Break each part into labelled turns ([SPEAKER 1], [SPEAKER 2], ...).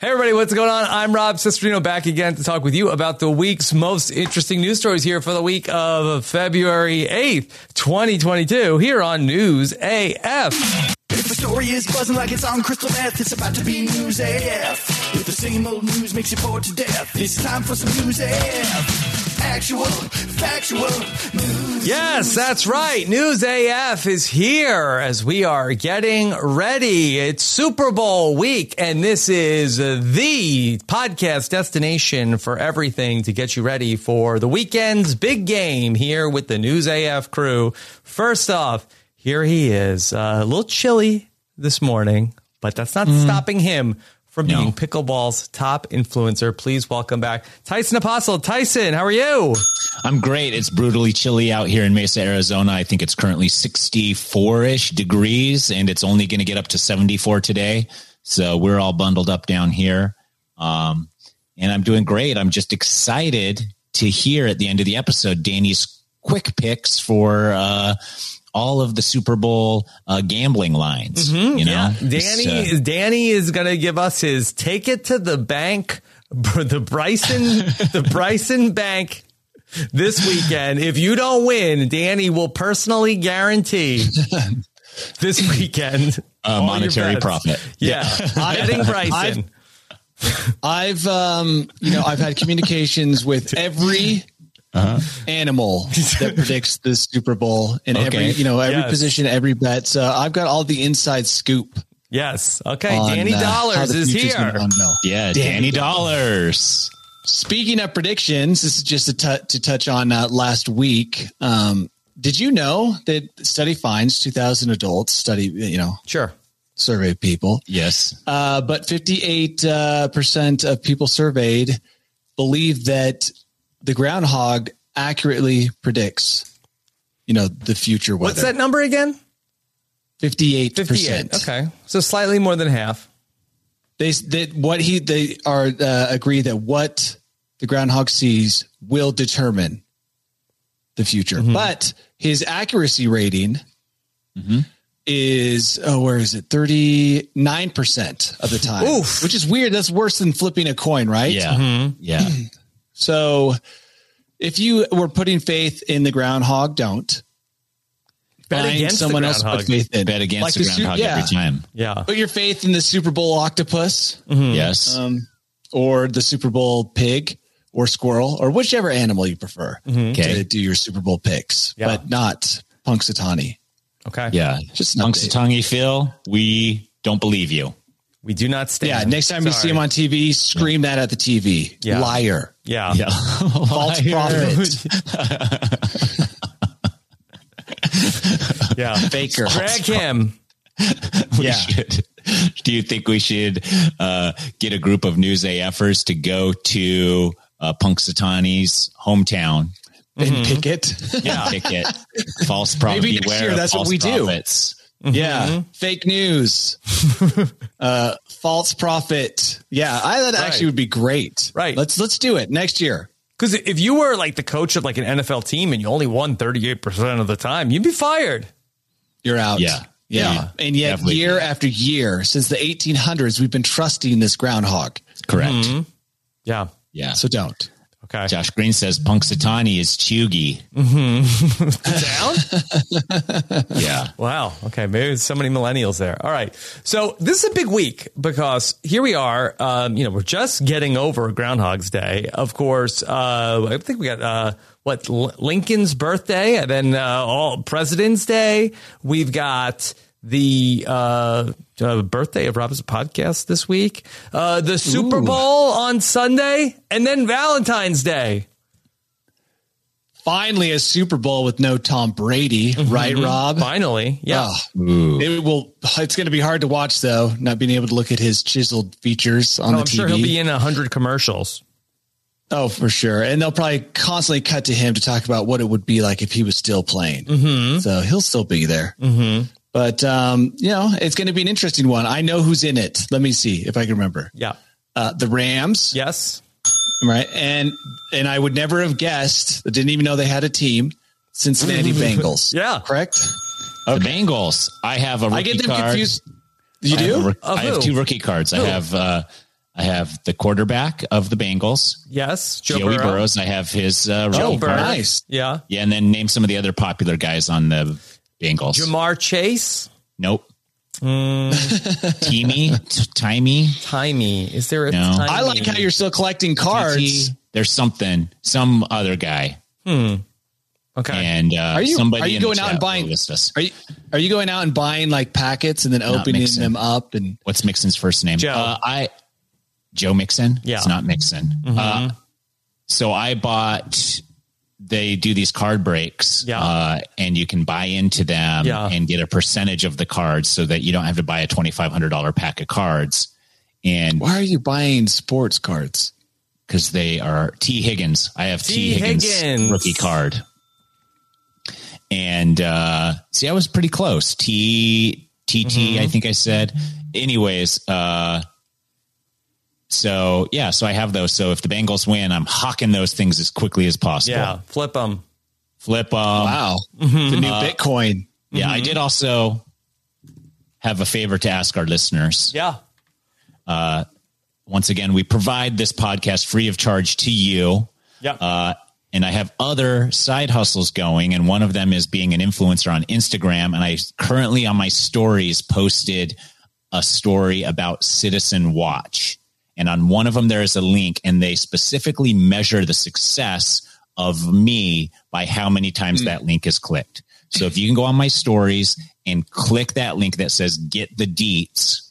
[SPEAKER 1] Hey everybody, what's going on? I'm Rob Cistrino back again to talk with you about the week's most interesting news stories here for the week of February 8th, 2022 here on News AF.
[SPEAKER 2] If a story is buzzing like it's on crystal meth, it's about to be news AF. If the same old news makes you bored to death, it's time for some news AF. Actual, factual news.
[SPEAKER 1] Yes, that's right. News AF is here as we are getting ready. It's Super Bowl week, and this is the podcast destination for everything to get you ready for the weekend's big game here with the News AF crew. First off, here he is. Uh, a little chilly this morning, but that's not stopping him from being pickleball's top influencer. Please welcome back Tyson Apostle. Tyson, how are you?
[SPEAKER 3] I'm great. It's brutally chilly out here in Mesa, Arizona. I think it's currently 64 ish degrees, and it's only going to get up to 74 today. So we're all bundled up down here. Um, and I'm doing great. I'm just excited to hear at the end of the episode Danny's quick picks for uh, all of the Super Bowl uh, gambling lines. you know,
[SPEAKER 1] Mm-hmm.
[SPEAKER 3] uh,
[SPEAKER 1] Danny
[SPEAKER 3] So-
[SPEAKER 1] Danny is going to give us his take it to the bank the Bryson the Bryson Bank this weekend. If you don't win, Danny will personally guarantee this weekend
[SPEAKER 3] a
[SPEAKER 1] all your
[SPEAKER 3] monetary
[SPEAKER 1] bets.
[SPEAKER 3] profit.
[SPEAKER 1] Yeah, betting Bryson.
[SPEAKER 4] I've um, you know I've had communications with every
[SPEAKER 1] Uh-huh.
[SPEAKER 4] animal that predicts the Super Bowl in every
[SPEAKER 3] Okay.
[SPEAKER 4] you know every
[SPEAKER 1] Yes.
[SPEAKER 4] position, every bet. So I've got all the inside scoop.
[SPEAKER 1] Yes. Okay.
[SPEAKER 4] on,
[SPEAKER 1] Danny
[SPEAKER 4] uh, how
[SPEAKER 1] Dollars
[SPEAKER 4] the
[SPEAKER 1] is
[SPEAKER 4] future's gonna
[SPEAKER 1] here.
[SPEAKER 4] run, though.
[SPEAKER 3] Yeah, Danny Dollars.
[SPEAKER 4] Speaking of predictions, this is just a tou- to touch on uh, last week. Um, did you know that study finds two thousand adults study you know
[SPEAKER 1] Sure.
[SPEAKER 4] survey people
[SPEAKER 3] Yes.
[SPEAKER 4] Uh, but 58% uh, percent of people surveyed believe that the groundhog accurately predicts, you know, the future weather.
[SPEAKER 1] What's that number again?
[SPEAKER 4] 58%.
[SPEAKER 1] Fifty-eight. Okay. So slightly more than half.
[SPEAKER 4] They, they, what he, they are, uh, agree that what the groundhog sees will determine the future,
[SPEAKER 1] Mm-hmm.
[SPEAKER 4] but his accuracy rating
[SPEAKER 1] Mm-hmm.
[SPEAKER 4] is, oh, where is it? 39% of the time,
[SPEAKER 1] Oof.
[SPEAKER 4] which is weird. That's worse than flipping a coin, right?
[SPEAKER 3] Yeah.
[SPEAKER 4] Mm-hmm.
[SPEAKER 3] Yeah.
[SPEAKER 4] So if you were putting faith in the groundhog, don't.
[SPEAKER 1] Bet
[SPEAKER 4] Find
[SPEAKER 1] against the
[SPEAKER 4] someone else to put
[SPEAKER 1] groundhog.
[SPEAKER 4] faith in.
[SPEAKER 3] Bet against
[SPEAKER 4] Like
[SPEAKER 3] the
[SPEAKER 4] the su-
[SPEAKER 3] groundhog
[SPEAKER 4] yeah.
[SPEAKER 3] every time.
[SPEAKER 1] Yeah.
[SPEAKER 4] Put your faith in the Super Bowl octopus
[SPEAKER 3] Yes.
[SPEAKER 4] um, or the Super Bowl pig or squirrel or whichever animal you prefer
[SPEAKER 3] Okay.
[SPEAKER 4] to do your Super Bowl picks,
[SPEAKER 1] Mm-hmm. Yeah.
[SPEAKER 4] but not Punxsutawney.
[SPEAKER 1] Okay.
[SPEAKER 3] Yeah.
[SPEAKER 4] Just an update.
[SPEAKER 3] Punxsutawney Phil, we don't believe you.
[SPEAKER 1] We do not stand.
[SPEAKER 4] Yeah, next time you see
[SPEAKER 1] Sorry.
[SPEAKER 4] him on TV, scream that at the TV.
[SPEAKER 1] Yeah.
[SPEAKER 4] Liar.
[SPEAKER 1] Yeah.
[SPEAKER 4] False prophet.
[SPEAKER 1] Yeah.
[SPEAKER 4] Faker.
[SPEAKER 1] Drag him.
[SPEAKER 3] We
[SPEAKER 4] Yeah.
[SPEAKER 3] should. Do you think we should uh, get a group of news AFers to go to uh, Punxsutawney's hometown?
[SPEAKER 4] And
[SPEAKER 1] Mm-hmm.
[SPEAKER 4] pick it.
[SPEAKER 3] Yeah. Ticket. False prophet.
[SPEAKER 4] Maybe next
[SPEAKER 3] beware
[SPEAKER 4] year
[SPEAKER 3] of
[SPEAKER 4] that's what
[SPEAKER 3] false
[SPEAKER 4] we do.
[SPEAKER 3] prophets.
[SPEAKER 4] Yeah.
[SPEAKER 1] Mm-hmm.
[SPEAKER 4] Fake news. uh false prophet. Yeah, I that actually would be great.
[SPEAKER 1] Right.
[SPEAKER 4] Let's let's do it next year.
[SPEAKER 1] Because if you were like the coach of like an NFL team and you only won 38% of the time, you'd be fired.
[SPEAKER 4] You're out.
[SPEAKER 3] Yeah.
[SPEAKER 4] Yeah.
[SPEAKER 3] Yeah.
[SPEAKER 4] And yet
[SPEAKER 3] Definitely.
[SPEAKER 4] year after year since the 1800s we've been trusting this groundhog.
[SPEAKER 3] Correct.
[SPEAKER 1] Yeah.
[SPEAKER 4] So don't.
[SPEAKER 1] Okay.
[SPEAKER 3] Josh Green says Punxsutawney is Chugi.
[SPEAKER 1] Down?
[SPEAKER 3] Yeah.
[SPEAKER 1] Wow. Okay. Maybe there's so many millennials there. All right. So this is a big week because here we are. Um, you know, we're just getting over Groundhog's Day. Of course, uh, I think we got, uh, what, L- Lincoln's birthday and then, uh, all President's Day. We've got the, uh, uh, birthday of Robinson podcast this week, uh, the Super Bowl on Sunday and then Valentine's Day.
[SPEAKER 4] Finally, a Super Bowl with no Tom Brady, right, Rob?
[SPEAKER 1] Finally. Mm-hmm. Yeah.
[SPEAKER 4] Ah. It will. It's going to be hard to watch though, not being able to look at his chiseled features on
[SPEAKER 1] Oh,
[SPEAKER 4] the
[SPEAKER 1] I'm
[SPEAKER 4] TV.
[SPEAKER 1] sure he'll be in a hundred commercials.
[SPEAKER 4] oh, for sure. And they'll probably constantly cut to him to talk about what it would be like if he was still playing.
[SPEAKER 1] Mm-hmm.
[SPEAKER 4] So he'll still be there. But um, you know, it's going to be an interesting one. I know who's in it. Let me see if I can remember.
[SPEAKER 1] Yeah.
[SPEAKER 4] Uh, the Rams,
[SPEAKER 1] Yes.
[SPEAKER 4] right? And and I would never have guessed. I didn't even know they had a team. Cincinnati Bengals.
[SPEAKER 1] Mm-hmm. Yeah.
[SPEAKER 4] correct.
[SPEAKER 3] The Bengals. I have a rookie
[SPEAKER 4] I get them
[SPEAKER 3] card.
[SPEAKER 4] confused. You
[SPEAKER 3] I have, a
[SPEAKER 4] do?
[SPEAKER 3] rook-
[SPEAKER 1] Of
[SPEAKER 3] I have
[SPEAKER 1] who?
[SPEAKER 3] two rookie cards. I have uh, I have the quarterback of the Bengals,
[SPEAKER 1] Yes. Joe
[SPEAKER 3] Joey
[SPEAKER 1] Burrow.
[SPEAKER 3] Burrows. I have his uh, rookie
[SPEAKER 1] Joe
[SPEAKER 3] card.
[SPEAKER 1] Burrow.
[SPEAKER 4] Nice.
[SPEAKER 1] Yeah.
[SPEAKER 3] Yeah, and then name some of the other popular guys on the Bengals.
[SPEAKER 1] Jamar Chase.
[SPEAKER 3] nope. Teamy, Timey,
[SPEAKER 1] Timey. Is there a
[SPEAKER 3] No.
[SPEAKER 1] timey?
[SPEAKER 4] I like how you're still collecting cards.
[SPEAKER 3] Arts. There's something, some other guy,
[SPEAKER 1] Okay.
[SPEAKER 3] and uh,
[SPEAKER 4] Are you-
[SPEAKER 3] somebody
[SPEAKER 4] are you
[SPEAKER 3] in the
[SPEAKER 4] going out
[SPEAKER 3] chat
[SPEAKER 4] and buying-
[SPEAKER 3] will list us.
[SPEAKER 4] Are you are you going out and buying like packets and then opening
[SPEAKER 3] mixing.
[SPEAKER 4] them up and
[SPEAKER 3] What's Mixon's first name?
[SPEAKER 1] Joe.
[SPEAKER 3] Uh, I Joe Mixon.
[SPEAKER 1] Yeah.
[SPEAKER 3] it's not Mixon.
[SPEAKER 4] Mm-hmm.
[SPEAKER 3] Uh, so I bought. They do these card breaks,
[SPEAKER 1] Yeah.
[SPEAKER 3] uh, and you can buy into them
[SPEAKER 1] Yeah.
[SPEAKER 3] and get a percentage of the cards, so that you don't have to buy a twenty five hundred dollar pack of cards. And
[SPEAKER 4] why are you buying sports cards?
[SPEAKER 3] because they are T Higgins. I have T,
[SPEAKER 1] T.
[SPEAKER 3] Higgins,
[SPEAKER 1] Higgins.
[SPEAKER 3] rookie card. And uh see, I was pretty close. T T T,
[SPEAKER 1] Mm-hmm.
[SPEAKER 3] I think I said. Anyways, uh so yeah, so I have those. So if the Bengals win, I'm hawking those things as quickly as possible. Um,
[SPEAKER 1] yeah. Mm-hmm. Flip them.
[SPEAKER 3] Flip 'em.
[SPEAKER 4] Wow. The new Bitcoin.
[SPEAKER 3] Uh, Yeah,
[SPEAKER 1] Mm-hmm.
[SPEAKER 3] I did also have a favor to ask our listeners.
[SPEAKER 1] Yeah.
[SPEAKER 3] Once again, we provide this podcast free of charge to you.
[SPEAKER 1] Yeah.
[SPEAKER 3] uh, and I have other side hustles going, and one of them is being an influencer on Instagram. And I currently on my stories posted a story about Citizen Watch, and on one of them there is a link, and they specifically measure the success of me by how many times that link is clicked. So if you can go on my stories and click that link that says "Get the Deets."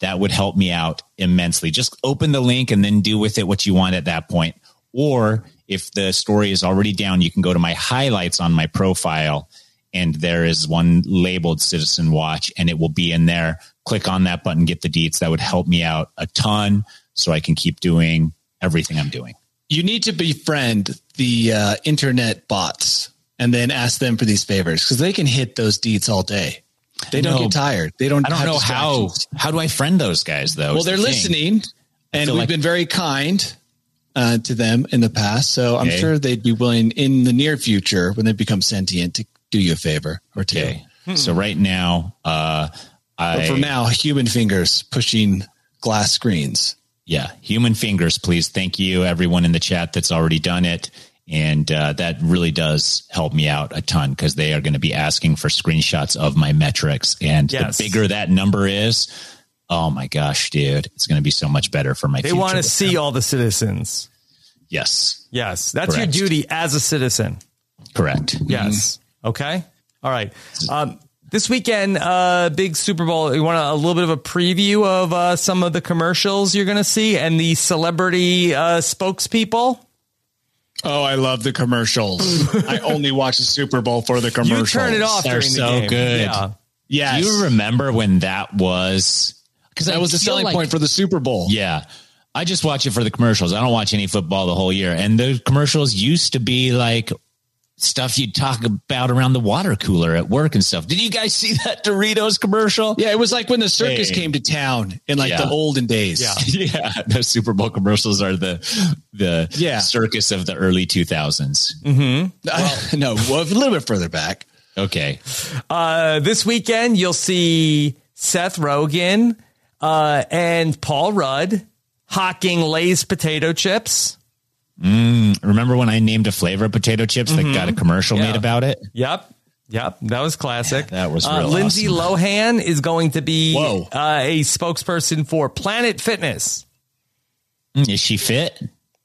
[SPEAKER 3] that would help me out immensely. Just open the link and then do with it what you want at that point. Or if the story is already down, you can go to my highlights on my profile and there is one labeled Citizen Watch and it will be in there. Click on that button, get the deets. That would help me out a ton so I can keep doing everything I'm doing.
[SPEAKER 4] You need to befriend the uh, internet bots and then ask them for these favors because they can hit those deeds all day. They don't
[SPEAKER 3] No.
[SPEAKER 4] get tired. They don't.
[SPEAKER 3] I don't
[SPEAKER 4] have
[SPEAKER 3] know how
[SPEAKER 4] distractions.
[SPEAKER 3] how do I friend those guys though?
[SPEAKER 4] Well,
[SPEAKER 3] is
[SPEAKER 4] they're
[SPEAKER 3] the thing.
[SPEAKER 4] listening, and
[SPEAKER 3] feel
[SPEAKER 4] we've
[SPEAKER 3] like-
[SPEAKER 4] been very kind uh, to them in the past. So I'm
[SPEAKER 3] Okay.
[SPEAKER 4] sure they'd be willing in the near future when they become sentient to do you a favor or two.
[SPEAKER 3] Okay.
[SPEAKER 1] Hmm.
[SPEAKER 3] So right now, uh
[SPEAKER 4] But
[SPEAKER 3] I
[SPEAKER 4] for now, human fingers pushing glass screens.
[SPEAKER 3] yeah human fingers please thank you everyone in the chat that's already done it and uh, that really does help me out a ton because they are going to be asking for screenshots of my metrics and
[SPEAKER 1] Yes.
[SPEAKER 3] the bigger that number is oh my gosh dude it's going to be so much better for my
[SPEAKER 1] They
[SPEAKER 3] future
[SPEAKER 1] want to
[SPEAKER 3] with
[SPEAKER 1] see
[SPEAKER 3] them.
[SPEAKER 1] all the citizens.
[SPEAKER 3] yes
[SPEAKER 1] Yes. That's
[SPEAKER 3] Correct. Mm-hmm.
[SPEAKER 1] your duty as a citizen.
[SPEAKER 3] correct
[SPEAKER 1] Yes. Okay. All right. Um, this weekend, uh, big Super Bowl. You want a, a little bit of a preview of uh, some of the commercials you're going to see and the celebrity uh, spokespeople?
[SPEAKER 4] Oh, I love the commercials. I only watch the Super Bowl for the commercials.
[SPEAKER 1] You turn it off
[SPEAKER 3] They're
[SPEAKER 1] during
[SPEAKER 3] so
[SPEAKER 1] the game.
[SPEAKER 3] good.
[SPEAKER 1] Yeah.
[SPEAKER 4] Yes.
[SPEAKER 3] do you remember when that was because
[SPEAKER 4] that was the selling point for the Super Bowl.
[SPEAKER 3] Yeah. I just watch it for the commercials. I don't watch any football the whole year. And the commercials used to be like stuff you'd talk about around the water cooler at work and stuff. Did you guys see that Doritos commercial?
[SPEAKER 4] Yeah, it was like when the circus
[SPEAKER 3] Hey.
[SPEAKER 4] came to town in like
[SPEAKER 3] Yeah.
[SPEAKER 4] the olden days.
[SPEAKER 1] Yeah.
[SPEAKER 3] Yeah. The Super Bowl commercials are the the
[SPEAKER 4] Yeah. Mm-hmm.
[SPEAKER 3] circus of the early 2000s.
[SPEAKER 4] no, well, a little bit further back.
[SPEAKER 3] Okay.
[SPEAKER 1] Uh, this weekend, you'll see Seth Rogen uh, and Paul Rudd hawking Lay's potato chips.
[SPEAKER 3] Remember when I named a flavor of potato chips that
[SPEAKER 4] Mm-hmm.
[SPEAKER 3] got a commercial
[SPEAKER 1] Yeah.
[SPEAKER 3] made about it?
[SPEAKER 1] Yep. Yep. That was classic.
[SPEAKER 3] Yeah, that was
[SPEAKER 1] uh,
[SPEAKER 3] real
[SPEAKER 1] Lindsay Lohan is going to be
[SPEAKER 4] Whoa.
[SPEAKER 1] uh, a spokesperson for Planet Fitness.
[SPEAKER 3] Mm, Is she fit?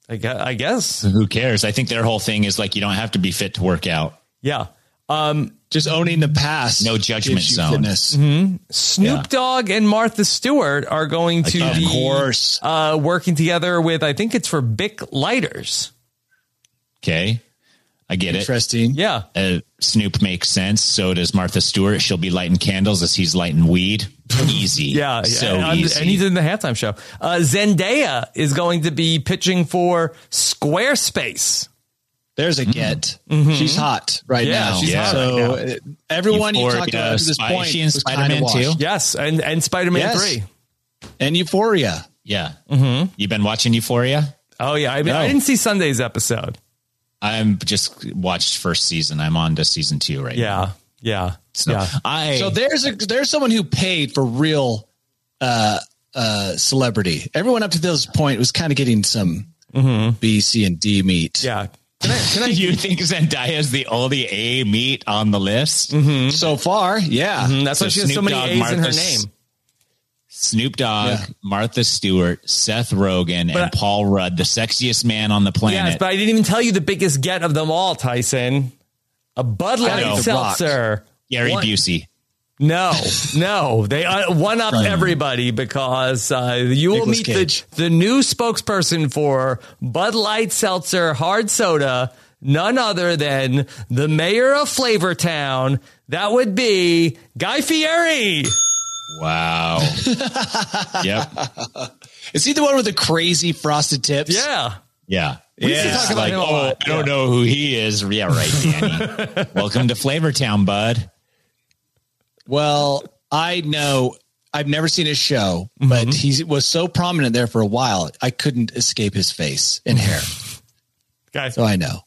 [SPEAKER 1] I guess. I guess.
[SPEAKER 3] Who cares? I think their whole thing is like you don't have to be fit to work out.
[SPEAKER 1] Yeah. Um,
[SPEAKER 4] Just owning the past.
[SPEAKER 3] No judgment
[SPEAKER 4] gives you
[SPEAKER 3] zone.
[SPEAKER 4] Fitness.
[SPEAKER 1] Mm-hmm. Snoop Dogg and Martha Stewart are going to
[SPEAKER 3] Again.
[SPEAKER 1] be
[SPEAKER 4] Of course.
[SPEAKER 1] uh, working together with I think it's for Bic lighters.
[SPEAKER 3] Okay. I get it.
[SPEAKER 4] Interesting.
[SPEAKER 1] Yeah.
[SPEAKER 3] Uh, Snoop makes sense. So does Martha Stewart. She'll be lighting candles as he's lighting weed. Easy.
[SPEAKER 1] Yeah,
[SPEAKER 3] So
[SPEAKER 1] and, I'm-
[SPEAKER 3] easy.
[SPEAKER 1] and he's in the halftime show. Uh, Zendaya is going to be pitching for Squarespace.
[SPEAKER 4] There's a get. She's hot right
[SPEAKER 1] Mm-hmm. Yeah,
[SPEAKER 4] now.
[SPEAKER 1] she's hot
[SPEAKER 4] so
[SPEAKER 1] right now.
[SPEAKER 4] uh, everyone you
[SPEAKER 3] Euphoria,
[SPEAKER 4] talked about up to this
[SPEAKER 3] Spy-
[SPEAKER 4] point
[SPEAKER 3] she and
[SPEAKER 4] was kind
[SPEAKER 3] Spider-Man
[SPEAKER 4] of
[SPEAKER 3] too?
[SPEAKER 4] washed.
[SPEAKER 1] Yes, and and Spider Man
[SPEAKER 4] Yes.
[SPEAKER 1] three.
[SPEAKER 4] And Euphoria.
[SPEAKER 3] yeah.
[SPEAKER 4] Mm-hmm.
[SPEAKER 3] You've been watching Euphoria?
[SPEAKER 1] Oh yeah, I mean I
[SPEAKER 4] No.
[SPEAKER 1] didn't see Sunday's episode.
[SPEAKER 3] I'm just watched first season. I'm on to season two right now.
[SPEAKER 1] Yeah, yeah,
[SPEAKER 3] So
[SPEAKER 1] yeah.
[SPEAKER 3] I
[SPEAKER 4] So there's a there's someone who paid for real uh uh celebrity. Everyone up to this point was kind of getting some B, C, and D meat.
[SPEAKER 1] Mm-hmm. Yeah.
[SPEAKER 3] you think Zendaya is the only A meat on the list?
[SPEAKER 4] So far, yeah.
[SPEAKER 1] Mm-hmm, That's why
[SPEAKER 3] So
[SPEAKER 1] she has so
[SPEAKER 3] Snoop
[SPEAKER 1] many
[SPEAKER 3] Dogg,
[SPEAKER 1] A's in her
[SPEAKER 3] Martha
[SPEAKER 1] name.
[SPEAKER 3] S- Snoop Dogg,
[SPEAKER 4] Yeah.
[SPEAKER 3] Martha Stewart, Seth Rogen,
[SPEAKER 1] But I-
[SPEAKER 3] and Paul Rudd, the sexiest man on the planet.
[SPEAKER 1] Yes, but I didn't even tell you the biggest get of them all, Tyson. A Bud
[SPEAKER 3] know.
[SPEAKER 1] Light seltzer.
[SPEAKER 3] Gary
[SPEAKER 1] One-
[SPEAKER 3] Busey.
[SPEAKER 1] No, no, they uh, one up everybody because uh, you will
[SPEAKER 4] Nicolas
[SPEAKER 1] meet
[SPEAKER 4] Cage.
[SPEAKER 1] the the new spokesperson for Bud Light Seltzer Hard Soda, none other than the mayor of Flavortown. That would be Guy Fieri.
[SPEAKER 3] Wow. yep.
[SPEAKER 4] Is he the one with the crazy frosted tips?
[SPEAKER 1] Yeah,
[SPEAKER 3] Yeah.
[SPEAKER 1] used to
[SPEAKER 3] Yeah.
[SPEAKER 1] talk about
[SPEAKER 3] Like,
[SPEAKER 1] him a
[SPEAKER 3] oh,
[SPEAKER 1] lot.
[SPEAKER 3] I don't know who he is. Yeah, right, Danny. Welcome to Flavortown, bud.
[SPEAKER 4] Well, I know I've never seen his show,
[SPEAKER 1] Mm-hmm.
[SPEAKER 4] but he was so prominent there for a while, I couldn't escape his face and hair.
[SPEAKER 1] guys.
[SPEAKER 4] So I know.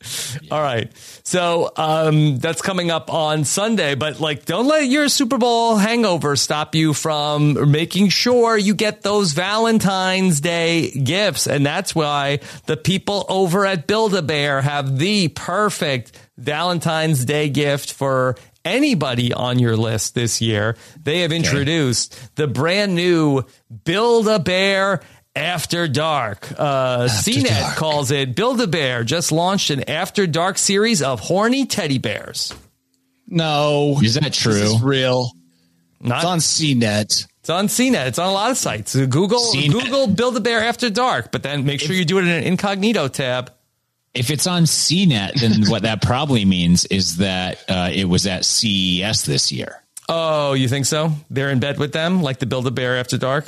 [SPEAKER 1] All right. So um, that's coming up on Sunday, but like, don't let your Super Bowl hangover stop you from making sure you get those Valentine's Day gifts. And that's why the people over at Build a Bear have the perfect Valentine's Day gift for anybody on your list this year. They have introduced the brand new Build a Bear After Dark. Uh, CNET
[SPEAKER 4] Dark.
[SPEAKER 1] calls it Build a Bear just launched an After Dark series of horny teddy bears.
[SPEAKER 4] No.
[SPEAKER 3] Is that true?
[SPEAKER 4] This is real.
[SPEAKER 1] Not
[SPEAKER 4] It's on CNET.
[SPEAKER 1] it's on CNET. It's on a lot of sites. Google
[SPEAKER 3] CNET.
[SPEAKER 1] Google Build a Bear After Dark, but then make sure you do it in an incognito tab.
[SPEAKER 3] If it's on CNET, then what that probably means is that uh, it was at CES this year.
[SPEAKER 1] Oh, you think so? They're in bed with them, like the Build a Bear After Dark.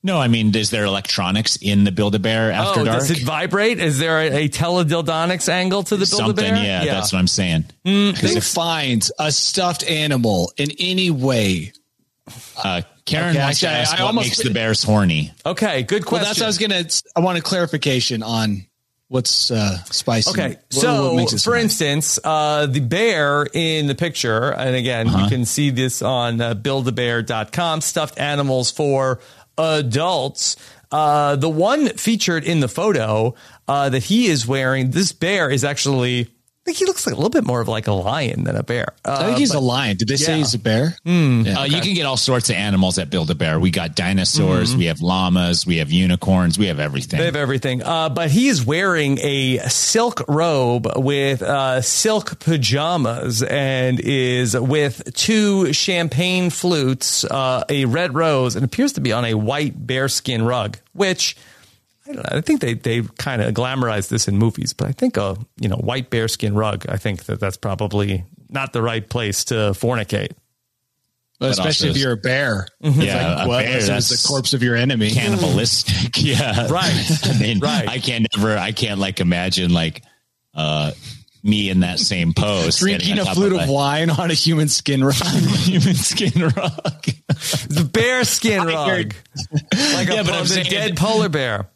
[SPEAKER 3] No, I mean, is there electronics in the Build a Bear After
[SPEAKER 1] oh,
[SPEAKER 3] Dark?
[SPEAKER 1] does it vibrate? Is there a, a teledildonics angle to the Build a
[SPEAKER 3] Something,
[SPEAKER 1] Bear?
[SPEAKER 3] yeah, that's what I'm saying.
[SPEAKER 4] Who finds Hmm, a stuffed animal in any way?
[SPEAKER 3] Uh, Karen
[SPEAKER 4] Okay,
[SPEAKER 3] wants to
[SPEAKER 4] actually, I-
[SPEAKER 3] ask
[SPEAKER 4] I
[SPEAKER 3] what
[SPEAKER 4] almost-
[SPEAKER 3] makes the bears horny.
[SPEAKER 1] Okay, good
[SPEAKER 4] Well,
[SPEAKER 1] question.
[SPEAKER 4] that's what I was gonna. I want a clarification on what's uh, spicy.
[SPEAKER 1] Okay,
[SPEAKER 4] What-
[SPEAKER 1] so
[SPEAKER 4] what makes it
[SPEAKER 1] for
[SPEAKER 4] spicy?
[SPEAKER 1] instance, uh, the bear in the picture, and again, you can see this on uh, buildabear.com, stuffed animals for adults. Uh, the one featured in the photo uh, that he is wearing, this bear is actually, I think he looks like a little bit more of like a lion than a bear. Uh,
[SPEAKER 4] I think he's a lion. Did they say
[SPEAKER 1] yeah.
[SPEAKER 4] he's a bear?
[SPEAKER 3] Uh, You can get all sorts of animals at Build a Bear. We got dinosaurs,
[SPEAKER 4] Mm-hmm.
[SPEAKER 3] we have llamas, we have unicorns, we have everything.
[SPEAKER 1] They have everything. Uh, but he is wearing a silk robe with uh, silk pajamas and is with two champagne flutes, uh, a red rose, and appears to be on a white bearskin rug, which. I, don't know, I think they, they kind of glamorize this in movies, but I think a you know white bearskin rug. I think that that's probably not the right place to fornicate.
[SPEAKER 4] Well,
[SPEAKER 3] But
[SPEAKER 4] especially
[SPEAKER 3] also-
[SPEAKER 4] if you're a bear.
[SPEAKER 3] Yeah,
[SPEAKER 4] Like,
[SPEAKER 3] a
[SPEAKER 4] well,
[SPEAKER 3] bear,
[SPEAKER 4] unless it was
[SPEAKER 3] that's-
[SPEAKER 4] the corpse of your enemy.
[SPEAKER 3] Cannibalistic, yeah,
[SPEAKER 1] Right.
[SPEAKER 3] I mean,
[SPEAKER 1] Right.
[SPEAKER 3] I can't never, I can't like imagine like uh, me in that same pose,
[SPEAKER 4] Drinking
[SPEAKER 3] standing
[SPEAKER 4] a
[SPEAKER 3] on top
[SPEAKER 4] flute of,
[SPEAKER 3] a
[SPEAKER 4] wine on a human skin rock.
[SPEAKER 3] human skin rock.
[SPEAKER 1] The bearskin rug,
[SPEAKER 3] heard-
[SPEAKER 1] like a,
[SPEAKER 3] Yeah, but
[SPEAKER 1] po-
[SPEAKER 3] I'm
[SPEAKER 1] the
[SPEAKER 3] saying-
[SPEAKER 1] dead polar bear.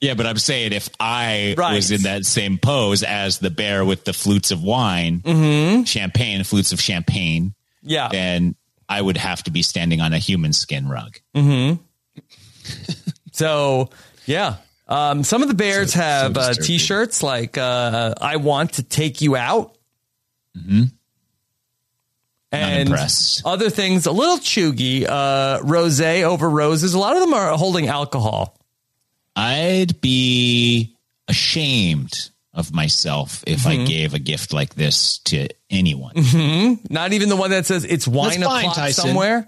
[SPEAKER 3] Yeah, but I'm saying if I
[SPEAKER 1] Right.
[SPEAKER 3] was in that same pose as the bear with the flutes of wine,
[SPEAKER 4] Mm-hmm.
[SPEAKER 3] champagne, flutes of champagne,
[SPEAKER 2] Uh,
[SPEAKER 1] Yeah,
[SPEAKER 3] then I would have to be standing on a human skin rug.
[SPEAKER 1] So yeah, Um, some of the Bears
[SPEAKER 2] So- so
[SPEAKER 1] have uh,
[SPEAKER 2] disturbing.
[SPEAKER 1] T-shirts like uh, "I want to take you out."
[SPEAKER 2] Mm-hmm.
[SPEAKER 1] And
[SPEAKER 4] impressed.
[SPEAKER 1] other things, a little chuggy, uh, rose over roses. A lot of them are holding alcohol.
[SPEAKER 4] I'd be ashamed of myself if
[SPEAKER 2] Mm-hmm.
[SPEAKER 4] I gave a gift like this to anyone.
[SPEAKER 1] Not even the one that says it's wine
[SPEAKER 2] fine,
[SPEAKER 1] o'clock
[SPEAKER 2] Tyson.
[SPEAKER 1] somewhere.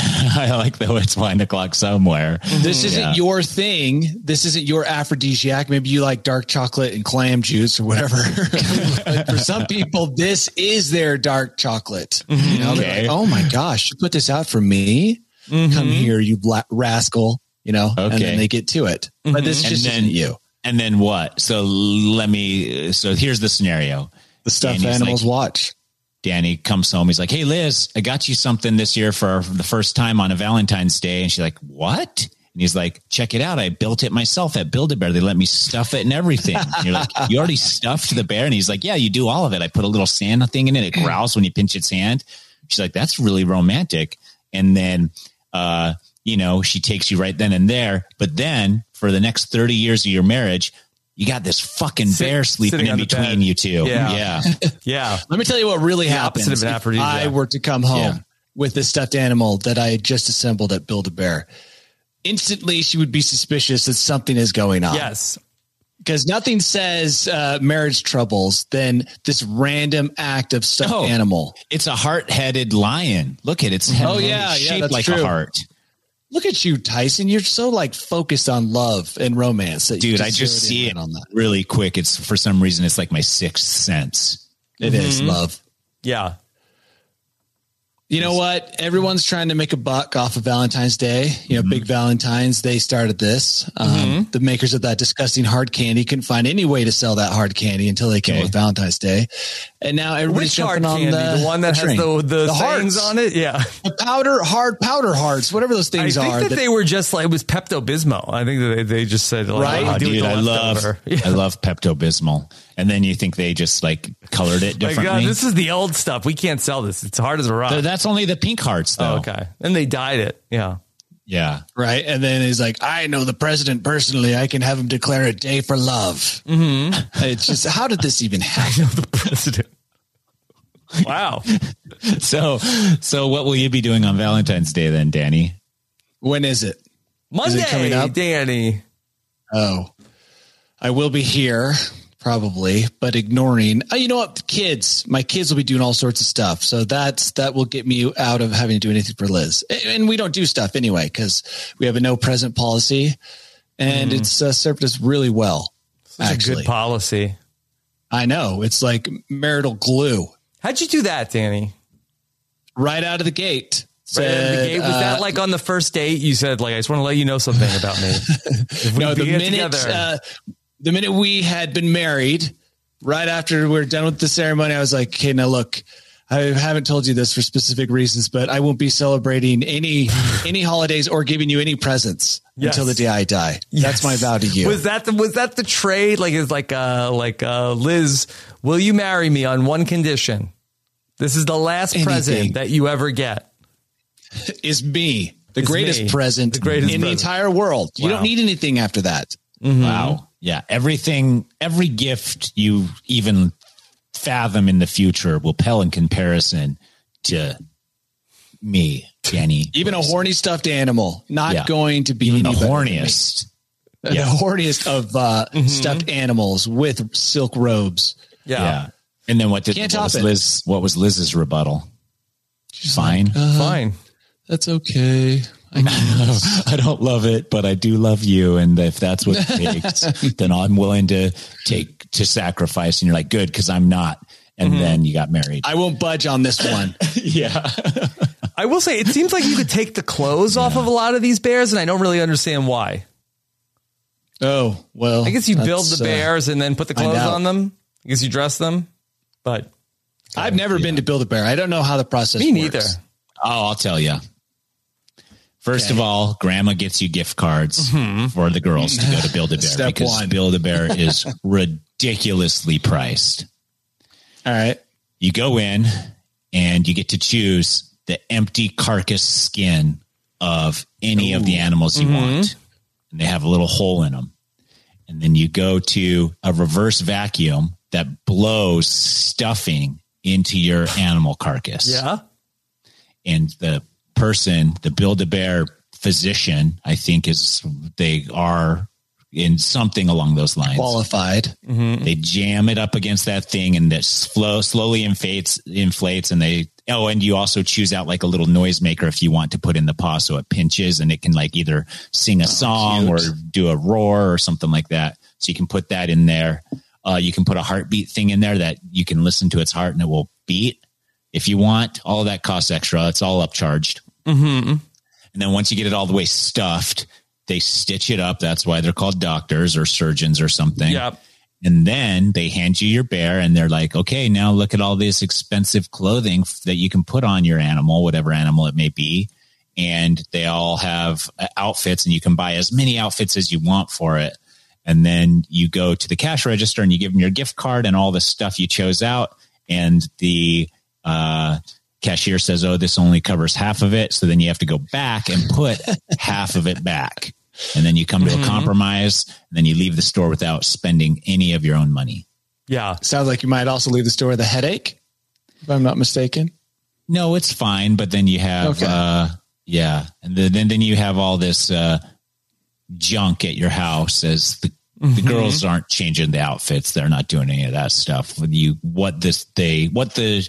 [SPEAKER 4] I like the it's wine o'clock somewhere.
[SPEAKER 2] This isn't
[SPEAKER 4] Mm, Yeah.
[SPEAKER 2] your thing. This isn't your aphrodisiac. Maybe you like dark chocolate and clam juice or whatever. But for some people, this is their dark chocolate. You know, they're
[SPEAKER 4] Okay. Mm-hmm.
[SPEAKER 2] like, oh my gosh, you put this out for me? Come here, you bla- rascal. You know, and
[SPEAKER 4] Okay. Mm-hmm.
[SPEAKER 2] then they get to it. But this
[SPEAKER 4] And
[SPEAKER 2] just
[SPEAKER 4] then-
[SPEAKER 2] isn't you.
[SPEAKER 4] And then what? So let me. So here's the scenario.
[SPEAKER 2] The stuff
[SPEAKER 4] And he's
[SPEAKER 2] animals
[SPEAKER 4] like-
[SPEAKER 2] watch.
[SPEAKER 4] Danny comes home. He's like, "Hey Liz, I got you something this year for the first time on a Valentine's Day." And she's like, "What?" And he's like, "Check it out. I built it myself at Build a Bear. They let me stuff it and everything." And you're like, "You already stuffed the bear?" And he's like, "Yeah, you do all of it. I put a little sand thing in it. It growls when you pinch its hand." She's like, "That's really romantic." And then, uh, you know, she takes you right then and there. But then, for the next thirty years of your marriage, you got this fucking
[SPEAKER 1] Sit-
[SPEAKER 4] bear sleeping
[SPEAKER 1] sitting
[SPEAKER 4] in
[SPEAKER 1] on the
[SPEAKER 4] between
[SPEAKER 1] bed.
[SPEAKER 4] you two.
[SPEAKER 1] Yeah.
[SPEAKER 4] yeah.
[SPEAKER 1] Yeah.
[SPEAKER 2] Let me tell you what really
[SPEAKER 1] opposite
[SPEAKER 2] happens.
[SPEAKER 1] of an
[SPEAKER 2] If
[SPEAKER 1] aphrodisiac.
[SPEAKER 2] I were to come home
[SPEAKER 4] Yeah.
[SPEAKER 2] with this stuffed animal that I had just assembled at Build a Bear. Instantly, she would be suspicious that something is going on.
[SPEAKER 1] Yes.
[SPEAKER 2] because nothing says uh, marriage troubles than this random act of stuffed
[SPEAKER 4] Oh.
[SPEAKER 2] animal.
[SPEAKER 4] It's a heart-headed lion. Look at its head.
[SPEAKER 2] Oh, yeah,
[SPEAKER 4] It's
[SPEAKER 2] yeah,
[SPEAKER 4] shaped
[SPEAKER 2] that's
[SPEAKER 4] like a
[SPEAKER 2] true.
[SPEAKER 4] heart,
[SPEAKER 2] Look at you, Tyson. You're so like focused on love and romance, that you
[SPEAKER 4] dude. I
[SPEAKER 2] zeroed
[SPEAKER 4] just
[SPEAKER 2] in
[SPEAKER 4] see it
[SPEAKER 2] right on that.
[SPEAKER 4] really quick. It's for some reason it's like my sixth sense.
[SPEAKER 2] It
[SPEAKER 4] Mm-hmm.
[SPEAKER 2] is love.
[SPEAKER 1] Yeah.
[SPEAKER 2] You know what? Everyone's trying to make a buck off of Valentine's Day. You
[SPEAKER 4] Mm-hmm.
[SPEAKER 2] know, Big Valentine's. They started this. Um, The makers of that disgusting hard candy couldn't find any way to sell that hard candy until they came
[SPEAKER 4] Okay.
[SPEAKER 2] up with Valentine's Day, and now everybody's
[SPEAKER 1] Which hard
[SPEAKER 2] jumping on
[SPEAKER 1] candy? The,
[SPEAKER 2] the
[SPEAKER 1] one that has
[SPEAKER 2] train.
[SPEAKER 1] the, the, sayings
[SPEAKER 2] hearts.
[SPEAKER 1] on it? Yeah.
[SPEAKER 2] the powder, hard powder hearts, whatever those
[SPEAKER 1] I
[SPEAKER 2] things
[SPEAKER 1] think
[SPEAKER 2] are.
[SPEAKER 1] that,
[SPEAKER 2] that-
[SPEAKER 1] they were just like, it was Pepto Bismol. I think that they, they just said, like,
[SPEAKER 2] Right?
[SPEAKER 1] what
[SPEAKER 4] Oh,
[SPEAKER 1] do you do
[SPEAKER 4] dude,
[SPEAKER 1] with
[SPEAKER 4] I
[SPEAKER 1] the
[SPEAKER 4] love
[SPEAKER 1] leftover? Yeah.
[SPEAKER 4] I love Pepto Bismol, and then you think they just like colored it
[SPEAKER 1] Like, God,
[SPEAKER 4] differently.
[SPEAKER 1] this is the old stuff. We can't sell this. It's hard as a rock.
[SPEAKER 4] So that's only the pink hearts, though.
[SPEAKER 1] Oh, okay. And they dyed it. Yeah.
[SPEAKER 4] Yeah,
[SPEAKER 2] right? And then he's like, I know the president personally. I can have him declare a day for love.
[SPEAKER 4] Mm-hmm.
[SPEAKER 2] It's just, how did this even happen?
[SPEAKER 1] The president. Wow.
[SPEAKER 4] so so what will you be doing on Valentine's Day then, Danny?
[SPEAKER 2] When is it?
[SPEAKER 1] Monday,
[SPEAKER 2] coming up?
[SPEAKER 1] Danny.
[SPEAKER 2] Oh, I will be here probably, but ignoring. Oh, you know what? Kids, my kids will be doing all sorts of stuff. So that's, that will get me out of having to do anything for Liz. And- And we don't do stuff anyway, because we have a no present policy and
[SPEAKER 1] Mm.
[SPEAKER 2] it's uh, served us really well.
[SPEAKER 1] That's a
[SPEAKER 2] actually,
[SPEAKER 1] good policy.
[SPEAKER 2] I know it's like marital glue
[SPEAKER 1] How'd you do that, Danny?
[SPEAKER 2] right out of the gate.
[SPEAKER 1] Right out of the
[SPEAKER 2] Said,
[SPEAKER 1] gate? Was
[SPEAKER 2] uh,
[SPEAKER 1] that like on the first date? You said, like, I just want to let you know something about me. If we
[SPEAKER 2] No, the
[SPEAKER 1] be
[SPEAKER 2] minute uh, the minute we had been married, right after we were done with the ceremony, I was like, "Okay, now look, I haven't told you this for specific reasons, but I won't be celebrating any any holidays or giving you any presents
[SPEAKER 1] Yes.
[SPEAKER 2] until the day I die. That's my vow to you."
[SPEAKER 1] Was that the was that the trade? Like is like uh like uh Liz, will you marry me on one condition? This is the last
[SPEAKER 2] Anything.
[SPEAKER 1] present that you ever get.
[SPEAKER 2] is me the
[SPEAKER 1] It's
[SPEAKER 2] greatest
[SPEAKER 1] me,
[SPEAKER 2] present
[SPEAKER 1] the greatest
[SPEAKER 2] in the
[SPEAKER 1] present.
[SPEAKER 2] entire world. You
[SPEAKER 1] Wow.
[SPEAKER 2] don't need anything after that.
[SPEAKER 4] Wow. Mm-hmm. Yeah. Everything, every gift you even fathom in the future will pale in comparison to me, Danny.
[SPEAKER 2] Even a horny stuffed animal, not
[SPEAKER 4] Yeah.
[SPEAKER 2] going to be
[SPEAKER 4] Even the
[SPEAKER 2] any better than me.
[SPEAKER 4] horniest.
[SPEAKER 2] the horniest of uh, stuffed
[SPEAKER 1] Mm-hmm.
[SPEAKER 2] animals with silk robes.
[SPEAKER 1] Yeah.
[SPEAKER 4] Yeah. And then what did
[SPEAKER 2] Can't
[SPEAKER 4] what
[SPEAKER 2] top
[SPEAKER 4] was
[SPEAKER 2] it.
[SPEAKER 4] Liz? What was Liz's rebuttal? Fine.
[SPEAKER 2] uh,
[SPEAKER 1] Fine.
[SPEAKER 2] That's okay.
[SPEAKER 4] I don't love it, but I do love you. And if that's what it takes, then I'm willing to take to sacrifice. And you're like, good, because I'm not. And then you got married.
[SPEAKER 2] Mm-hmm. I won't budge on this one.
[SPEAKER 4] yeah.
[SPEAKER 1] I will say it seems like you could take the clothes off of a lot of these bears, and I don't really understand why.
[SPEAKER 2] Oh well,
[SPEAKER 1] I guess you build
[SPEAKER 2] that's,
[SPEAKER 1] the
[SPEAKER 2] uh,
[SPEAKER 1] bears and then put the
[SPEAKER 2] find
[SPEAKER 1] clothes
[SPEAKER 2] out.
[SPEAKER 1] on them. I guess you dress them. But
[SPEAKER 2] I've never been to Build a Bear. I don't know how the process.
[SPEAKER 1] me
[SPEAKER 2] works.
[SPEAKER 1] neither.
[SPEAKER 4] Oh, I'll tell you. First of all, grandma gets you gift cards for the girls to go to Build a Bear
[SPEAKER 2] Mm-hmm. Step
[SPEAKER 4] because
[SPEAKER 2] one.
[SPEAKER 4] Build a Bear is ridiculously priced.
[SPEAKER 2] All right.
[SPEAKER 4] You go in and you get to choose the empty carcass skin of any of the animals you want. And they have a little hole in them. and then you go to a reverse vacuum that blows stuffing into your animal carcass.
[SPEAKER 1] Yeah.
[SPEAKER 4] And the person, the Build a Bear physician, I think is they are in something along those lines.
[SPEAKER 2] Qualified.
[SPEAKER 4] They jam it up against that thing, and that slow, slowly inflates, inflates, and they. Oh, and you also choose out like a little noisemaker if you want to put in the paw, so it pinches, and it can like either sing a song
[SPEAKER 2] cute.
[SPEAKER 4] or do a roar or something like that. So you can put that in there. Uh, you can put a heartbeat thing in there that you can listen to its heart, and it will beat if you want. All of that costs extra. It's all upcharged. And then once you get it all the way stuffed, they stitch it up. That's why they're called doctors or surgeons or something.
[SPEAKER 1] Yep.
[SPEAKER 4] And then they hand you your bear and they're like, okay, now look at all this expensive clothing f- that you can put on your animal, whatever animal it may be. And they all have uh, outfits and you can buy as many outfits as you want for it. And then you go to the cash register and you give them your gift card and all the stuff you chose out. And the uh, cashier says, oh, this only covers half of it. So then you have to go back and put half of it back. And then you come to a compromise. And then you leave the store without spending any of your own money.
[SPEAKER 1] Yeah.
[SPEAKER 2] Sounds like you might also leave the store with a headache, if I'm not mistaken.
[SPEAKER 4] No, it's fine. But then you have,
[SPEAKER 2] Okay.
[SPEAKER 4] uh, yeah. And then, then, then you have all this uh, junk at your house as the, the
[SPEAKER 1] Mm-hmm.
[SPEAKER 4] girls aren't changing the outfits. They're not doing any of that stuff. When you, what this, they, what the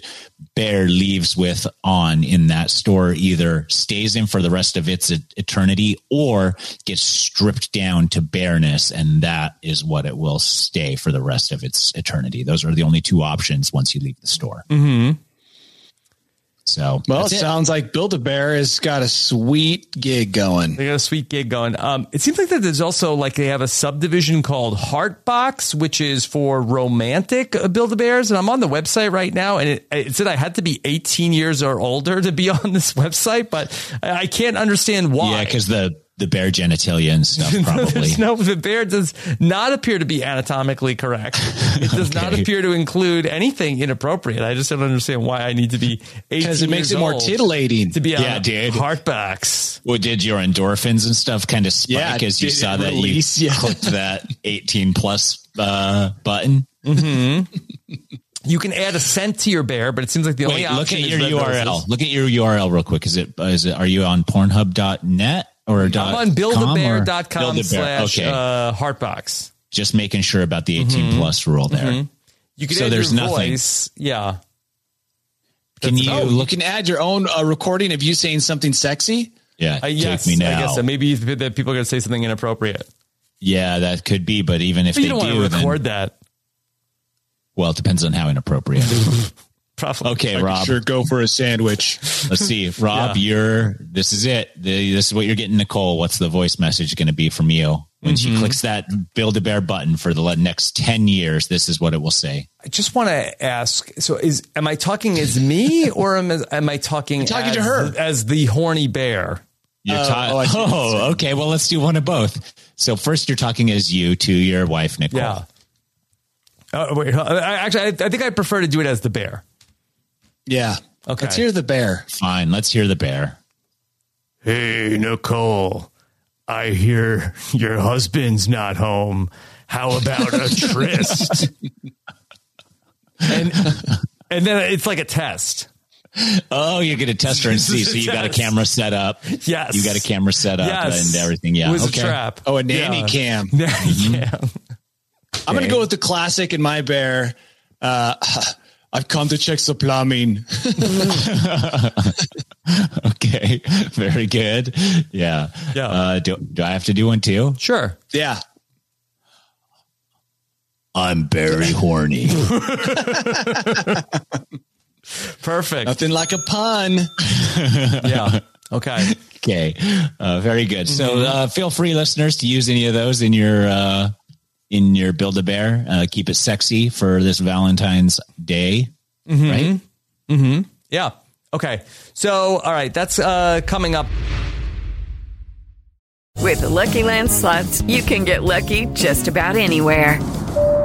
[SPEAKER 4] bear leaves with on in that store either stays in for the rest of its e- eternity or gets stripped down to bareness. And that is what it will stay for the rest of its eternity. Those are the only two options once you leave the store. Mm-hmm. So
[SPEAKER 2] Well,
[SPEAKER 4] that's
[SPEAKER 2] it
[SPEAKER 4] it.
[SPEAKER 2] sounds like Build a Bear has got a sweet gig going.
[SPEAKER 1] They got a sweet gig going. Um, it seems like that there's also like they have a subdivision called Heartbox, which is for romantic Build a Bears. And I'm on the website right now, and it, it said I had to be 18 years or older to be on this website, but I I can't understand why.
[SPEAKER 4] Yeah, because the the bear genitalia and stuff probably.
[SPEAKER 1] There's no, the bear does not appear to be anatomically correct. It does not
[SPEAKER 4] Okay.
[SPEAKER 1] appear to include anything inappropriate. I just don't understand why I need to be 18
[SPEAKER 2] Because it makes
[SPEAKER 1] years
[SPEAKER 2] it more
[SPEAKER 1] old
[SPEAKER 2] titillating.
[SPEAKER 1] to be on
[SPEAKER 4] Yeah, dude.
[SPEAKER 1] Heartbox.
[SPEAKER 4] well, did your endorphins and stuff kind of spike
[SPEAKER 2] Yeah,
[SPEAKER 4] as you
[SPEAKER 2] did it
[SPEAKER 4] saw that
[SPEAKER 2] release?
[SPEAKER 4] you
[SPEAKER 2] Yeah.
[SPEAKER 4] clicked that eighteen plus uh, button?
[SPEAKER 1] You can add a scent to your bear, but it seems like the only
[SPEAKER 4] Wait,
[SPEAKER 1] option
[SPEAKER 4] look at
[SPEAKER 1] is
[SPEAKER 4] your
[SPEAKER 1] red
[SPEAKER 4] URL.
[SPEAKER 1] roses.
[SPEAKER 4] Look at your URL real quick. Is it is it? Are you on Pornhub.net or
[SPEAKER 1] I'm on buildabear.com
[SPEAKER 4] Build-A-Bear.
[SPEAKER 1] slash
[SPEAKER 4] Okay,
[SPEAKER 1] uh, heartbox.
[SPEAKER 4] just making sure about the
[SPEAKER 1] Mm-hmm.
[SPEAKER 4] 18 plus rule there.
[SPEAKER 1] You can
[SPEAKER 4] So
[SPEAKER 1] add
[SPEAKER 4] there's
[SPEAKER 1] your
[SPEAKER 4] nothing.
[SPEAKER 1] voice. Yeah.
[SPEAKER 4] Can you
[SPEAKER 2] Oh, you
[SPEAKER 4] look?
[SPEAKER 2] can add your own uh, recording of you saying something sexy.
[SPEAKER 4] Yeah,
[SPEAKER 1] I,
[SPEAKER 4] take
[SPEAKER 1] Uh, yes,
[SPEAKER 4] me now.
[SPEAKER 1] I guess so. Maybe th- that people are going to say something inappropriate.
[SPEAKER 4] yeah, that could be. But even if
[SPEAKER 1] But you
[SPEAKER 4] they
[SPEAKER 1] don't
[SPEAKER 4] do,
[SPEAKER 1] want to
[SPEAKER 4] then-
[SPEAKER 1] record that.
[SPEAKER 4] well, it depends on how inappropriate.
[SPEAKER 1] Probably.
[SPEAKER 4] Okay, Rob.
[SPEAKER 2] go for a sandwich.
[SPEAKER 4] Let's see, Rob. You're this is it. The, this is what you're getting, Nicole. What's the voice message going to be from you when she clicks that Build a Bear button for the le- next ten years? This is what it will say.
[SPEAKER 1] I just want to ask. So, is am I talking as me or am am I talking
[SPEAKER 2] talking
[SPEAKER 1] as,
[SPEAKER 2] to her.
[SPEAKER 1] as the horny bear?
[SPEAKER 4] You're ta-
[SPEAKER 2] oh, I see.
[SPEAKER 4] oh, okay. Well, let's do one of both. So first, you're talking as you to your wife, Nicole.
[SPEAKER 1] Yeah. Uh, wait, I, I- actually, I, I think I prefer to do it as the bear.
[SPEAKER 2] Yeah.
[SPEAKER 1] Okay.
[SPEAKER 2] Let's hear the bear.
[SPEAKER 4] Fine. Let's hear the bear.
[SPEAKER 5] Hey, Nicole, I hear your husband's not home. How about a tryst?
[SPEAKER 1] and and then it's like a test.
[SPEAKER 4] Oh, you're going to test her and see. So you got a
[SPEAKER 1] Yes.
[SPEAKER 4] camera set up.
[SPEAKER 1] Yes.
[SPEAKER 4] You got a camera set up
[SPEAKER 1] Yes.
[SPEAKER 4] and everything. Yeah.
[SPEAKER 1] It was
[SPEAKER 4] okay.
[SPEAKER 1] a trap.
[SPEAKER 2] Oh, a nanny cam.
[SPEAKER 1] yeah.
[SPEAKER 2] I'm going to go with the classic in my bear. Uh, I've come to check the plumbing.
[SPEAKER 4] Okay. Very good. Yeah.
[SPEAKER 1] Yeah.
[SPEAKER 4] Uh, do, do I have to do one too?
[SPEAKER 1] Sure.
[SPEAKER 2] Yeah.
[SPEAKER 4] I'm very horny.
[SPEAKER 1] Perfect.
[SPEAKER 2] Nothing like a pun.
[SPEAKER 1] Yeah. Okay.
[SPEAKER 4] okay. Uh, very good. So uh, feel free, listeners, to use any of those in your uh, in your Build a Bear. Uh, keep it sexy for this Valentine's Day, right?
[SPEAKER 1] Yeah. Okay. So, all right, that's uh coming up.
[SPEAKER 6] With the Lucky Land slots, you can get lucky just about anywhere.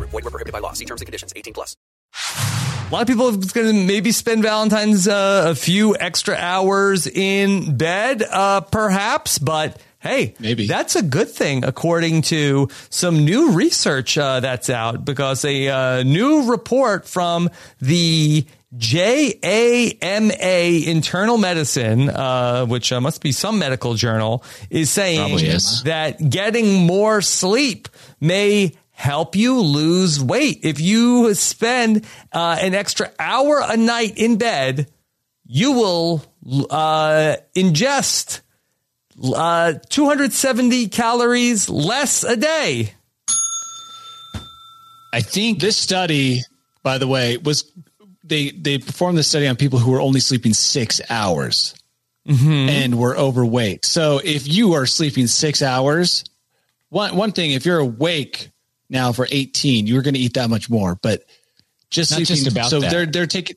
[SPEAKER 7] Void were prohibited by law. See terms and conditions. 18 plus.
[SPEAKER 1] A lot of people are going to maybe spend Valentine's uh, a few extra hours in bed, uh, perhaps, but hey,
[SPEAKER 2] Maybe.
[SPEAKER 1] that's a good thing, according to some new research uh, that's out, because a uh, new report from the JAMA Internal Medicine, uh, which uh, must be some medical journal, is saying
[SPEAKER 2] Probably is.
[SPEAKER 1] that getting more sleep may help you lose weight. If you spend uh, an extra hour a night in bed, you will uh, ingest uh, 270 calories less a day.
[SPEAKER 2] I think this study, by the way, was they they performed this study on people who were only sleeping six hours
[SPEAKER 3] Mm-hmm.
[SPEAKER 2] and were overweight. So if you are sleeping six hours, one one thing, if you're awake now for eighteen, you're going to eat that much more. But just
[SPEAKER 3] Not
[SPEAKER 2] sleeping,
[SPEAKER 3] just about
[SPEAKER 2] so
[SPEAKER 3] that.
[SPEAKER 2] they're they're taking.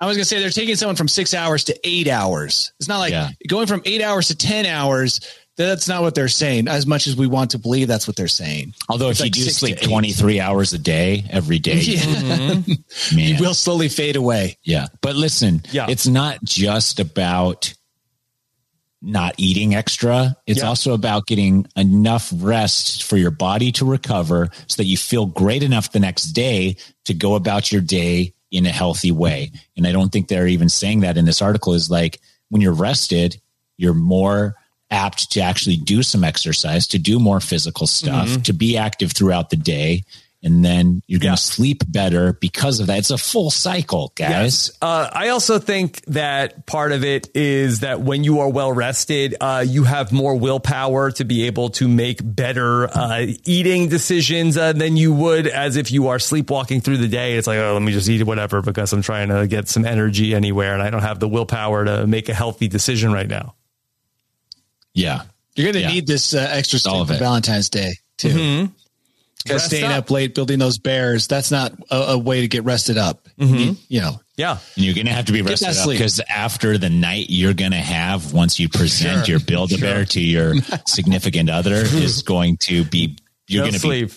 [SPEAKER 2] I was going to say they're taking someone from six hours to eight hours. It's not like
[SPEAKER 3] Yeah.
[SPEAKER 2] going from eight hours to ten hours. That's not what they're saying. As much as we want to believe, that's what they're saying.
[SPEAKER 3] Although
[SPEAKER 2] It's
[SPEAKER 3] if you
[SPEAKER 2] like
[SPEAKER 3] do
[SPEAKER 2] six to
[SPEAKER 3] sleep
[SPEAKER 2] eight.
[SPEAKER 3] 23 hours a day every day,
[SPEAKER 2] Yeah.
[SPEAKER 3] man.
[SPEAKER 2] It will slowly fade away.
[SPEAKER 3] Yeah. But listen,
[SPEAKER 1] Yeah.
[SPEAKER 3] it's not just about not eating extra. It's
[SPEAKER 1] Yeah.
[SPEAKER 3] also about getting enough rest for your body to recover so that you feel great enough the next day to go about your day in a healthy way. And I don't think they're even saying that in this article is like when you're rested, you're more apt to actually do some exercise, to do more physical
[SPEAKER 2] Mm-hmm.
[SPEAKER 3] stuff, to be active throughout the day. And then you're going to sleep better because of that. It's a full cycle, guys.
[SPEAKER 1] Uh, I also think that part of it is that when you are well rested, uh, you have more willpower to be able to make better uh, eating decisions uh, than you would as if you are sleepwalking through the day. It's like, oh, let me just eat whatever because I'm trying to get some energy anywhere and I don't have the willpower to make a healthy decision right now.
[SPEAKER 3] Yeah.
[SPEAKER 2] You're going to
[SPEAKER 3] Yeah.
[SPEAKER 2] need this uh, extra
[SPEAKER 3] All
[SPEAKER 2] sleep
[SPEAKER 3] of
[SPEAKER 2] for
[SPEAKER 3] it.
[SPEAKER 2] Valentine's Day too. Because
[SPEAKER 1] Rest
[SPEAKER 2] staying
[SPEAKER 1] up.
[SPEAKER 2] up. late, building those bears, that's not a, a way to get rested up. You, you know,
[SPEAKER 1] Yeah.
[SPEAKER 3] And you're going to have to be rested
[SPEAKER 2] that
[SPEAKER 3] up
[SPEAKER 2] sleep.
[SPEAKER 3] because after the night you're going to have, once you present your build a bear to your significant other, is going to be, you're
[SPEAKER 1] No
[SPEAKER 3] going to be
[SPEAKER 1] sleep.